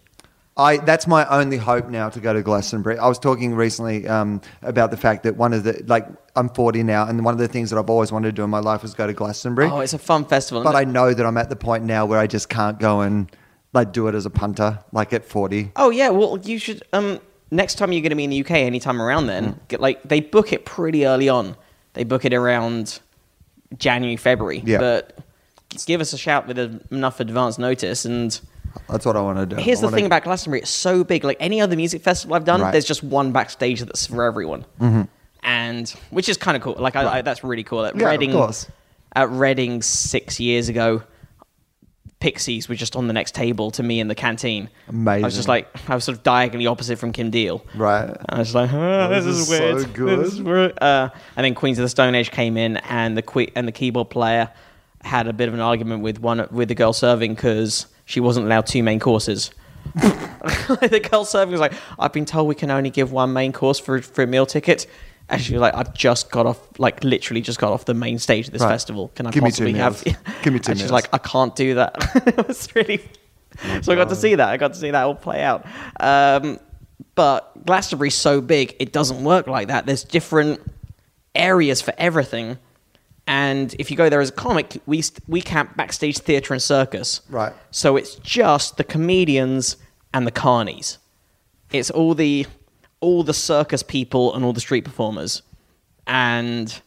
B: I that's my only hope now to go to Glastonbury. I was talking recently um, about the fact that one of the like I'm 40 now, and one of the things that I've always wanted to do in my life was go to Glastonbury.
C: Oh, it's a fun festival.
B: but I know that I'm at the point now where I just can't go and like do it as a punter, like at 40.
C: Oh yeah, well you should. Um, next time you're going to be in the UK, anytime around then, get like they book it pretty early on. They book it around January, February.
B: Yeah.
C: But give us a shout with a, enough advance notice. And
B: That's what I want to do.
C: here's
B: I
C: the
B: wanna-
C: thing about Glastonbury: it's so big. Like any other music festival I've done,
B: Right. Mm-hmm.
C: there's just one backstage that's for everyone, and which is kind of cool. Like I, I, that's really cool. At
B: Yeah, of
C: Reading,
B: course.
C: at Reading six years ago, Pixies were just on the next table to me in the canteen. I was
B: Amazing.
C: just like, I was sort of diagonally opposite from Kim Deal.
B: Right.
C: And I was like, "Ah,
B: this
C: this,
B: is
C: is,
B: so
C: weird.
B: good.
C: This is weird." Uh, and then Queens of the Stone Age came in, and the que- and the keyboard player had a bit of an argument with one with the girl serving because she wasn't allowed two main courses. the girl serving was like, "I've been told we can only give one main course for for a meal ticket." And she was like, "I've just got off, like literally just got off the main stage of this
B: Right.
C: festival. Can I
B: Give me two
C: possibly have?"
B: meals. Give me two
C: And she's
B: meals.
C: like, I can't do that. it was really. so I got to see that. I got to see that all play out. Um, but Glastonbury's so big, it doesn't work like that. There's different areas for everything. And if you go there as a comic, we st- we camp backstage theatre and circus.
B: Right.
C: So it's just the comedians and the carnies. It's all the all the circus people and all the street performers. And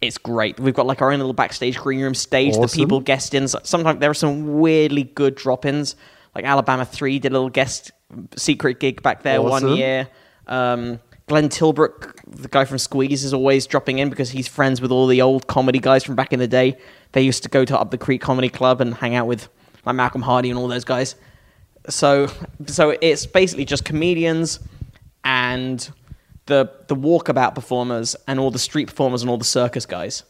C: it's great. We've got like our own little backstage green room stage that
B: Awesome.
C: people guest ins. Sometimes there are some weirdly good drop ins. Like Alabama 3 did a little guest secret gig back there
B: Awesome.
C: one year. Um, Glenn Tilbrook, the guy from Squeeze, is always dropping in because he's friends with all the old comedy guys from back in the day. They used to go to Up the Creek Comedy Club and hang out with like Malcolm Hardy and all those guys. So, so it's basically just comedians and the the walkabout performers and all the street performers and all the circus guys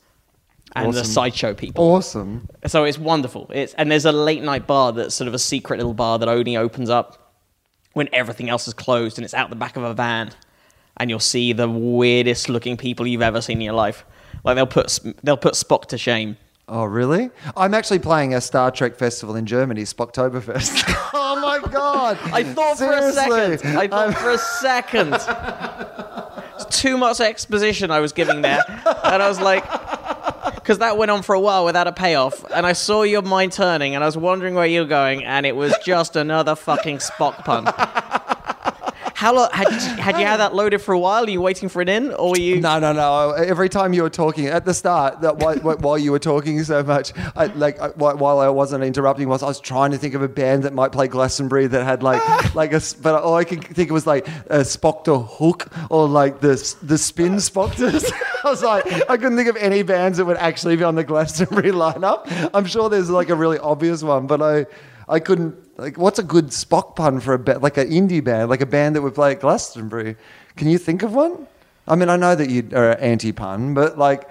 C: and the
B: Awesome.
C: sideshow people.
B: Awesome.
C: So it's wonderful. It's and there's a late night bar that's sort of a secret little bar that only opens up when everything else is closed, and it's out the back of a van, and you'll see the weirdest looking people you've ever seen in your life. Like they'll put they'll put Spock to shame.
B: Oh, really? I'm actually playing a Star Trek festival in Germany, Spocktoberfest. oh, my God.
C: I thought for a second. I thought for a second. It's too much exposition I was giving there, and I was like, because that went on for a while without a payoff, and I saw your mind turning, and I was wondering where you were going, and it was just another fucking Spock pun. How long had you, had you had that loaded for a while? Are you waiting for an in, or were you?
B: No, no, no. Every time you were talking at the start, that while, while you were talking so much, I, like I, while while I wasn't interrupting, was I was trying to think of a band that might play Glastonbury that had like like a, s- but all I could think was like a Spockter hook or like the s- the spin Spockters. I was like, I couldn't think of any bands that would actually be on the Glastonbury lineup. I'm sure there's like a really obvious one, but I I couldn't. Like, what's a good Spock pun for a ba- like an indie band, like a band that would play at Glastonbury? Can you think of one? I mean, I know that you are anti pun, but like,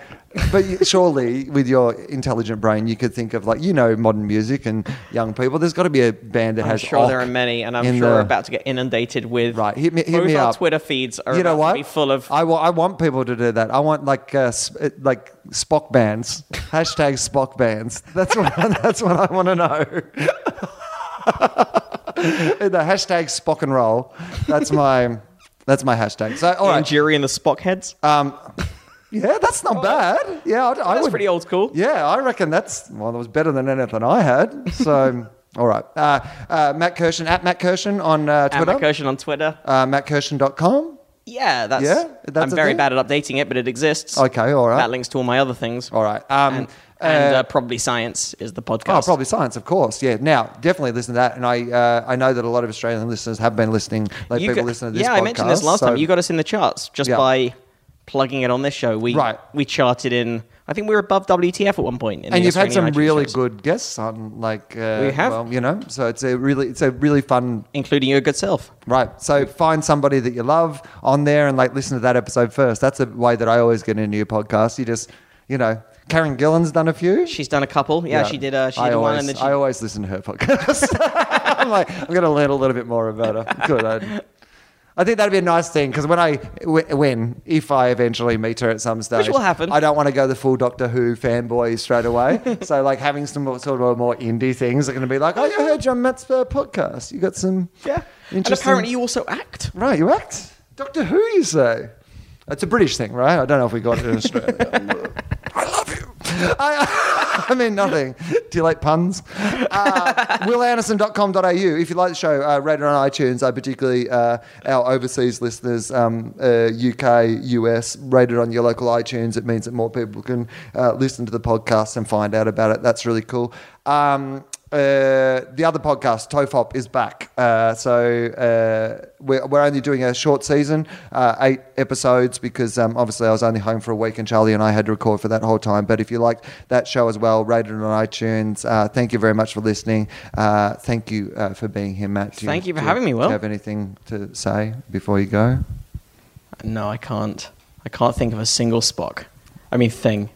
B: but you, surely with your intelligent brain, you could think of like you know modern music and young people. There's got to be a band that
C: I'm
B: has.
C: sure there
B: Ock
C: are many, and I'm
B: in
C: sure we're
B: the-
C: about to get inundated with.
B: Right, hit me- hit
C: both
B: me
C: our
B: up.
C: Twitter feeds are
B: You know
C: about
B: what?
C: to be full of.
B: I wa- I want people to do that. I want like uh, sp- uh, like Spock bands. Hashtag Spock bands. That's what that's what I want to know. the hashtag Spock and roll. That's my that's my hashtag. So all
C: All right.
B: right.
C: Jury and the Spock heads.
B: Um, yeah, that's not bad. Yeah, I, I
C: That's
B: would-
C: pretty old school.
B: Yeah, I reckon that's well, that was better than anything I had. So All right. Uh, uh, Matt Kirshen, at Matt Kirshen on uh,
C: At
B: Twitter.
C: Matt Kirshen on Twitter.
B: uh, mattkirshen.com.
C: Yeah, that's.
B: Yeah? That's
C: I'm
B: a
C: very
B: thing?
C: bad at updating it, but it exists.
B: Okay, all right.
C: That links to all my other things.
B: All right. Um,
C: and and,
B: uh,
C: uh, probably science is the podcast.
B: Oh, probably science, of course. Yeah. Now, definitely listen to that. And I, uh, I know that a lot of Australian listeners have been listening. Like
C: You
B: people
C: got-
B: listen to this.
C: yeah, I mentioned this
B: podcast,
C: last
B: so-
C: time. You got us in the charts just
B: Yeah.
C: by plugging it on this show. We
B: Right.
C: we charted in. I think we were above WTF at one point. In
B: and
C: the
B: you've had some
C: Australian iTunes
B: really
C: charts,
B: good guests on, like uh,
C: We have.
B: Well, you know, so it's a really, it's a really fun.
C: including your good self.
B: Right. So find somebody that you love on there and like listen to that episode first. That's a way that I always get into your podcast. You just, you know, Karen Gillan's done a few.
C: She's done a couple. Yeah, she did. Uh, she
B: I
C: did
B: always,
C: one, and then she
B: I always listen to her podcast. I'm like, I'm going to learn a little bit more about her. Good. I, I think that'd be a nice thing because when I, wh- when, if I eventually meet her at some stage,
C: will happen.
B: I don't want to go the full Doctor Who fanboy straight away. so like having some more, sort of more indie things are going to be like, oh, you heard John Matt's uh, podcast. You got some,
C: yeah. And
B: interesting-
C: apparently, you also act.
B: right. You act Doctor Who, you say. It's a British thing, right? I don't know if we got it in Australia. I love you. I, I mean, nothing. Do you like puns? Uh, WillAnderson.com.au. If you like the show, uh, rate it on iTunes. I particularly, uh, our overseas listeners, um, uh, UK, US, rate it on your local iTunes. It means that more people can uh, listen to the podcast and find out about it. That's really cool. Um, uh, the other podcast, Tofop, is back. Uh, so uh, we're, we're only doing a short season, uh, eight episodes, because um, obviously I was only home for a week and Charlie and I had to record for that whole time. But if you liked that show as well, rate it on iTunes. Uh, thank you very much for listening. Uh, thank you uh, for being here, Matt. Do
C: Thank you for
B: do
C: having me,
B: do you
C: Will.
B: have anything to say before you go?
C: No, I can't. I can't think of a single Spock. I mean, thing.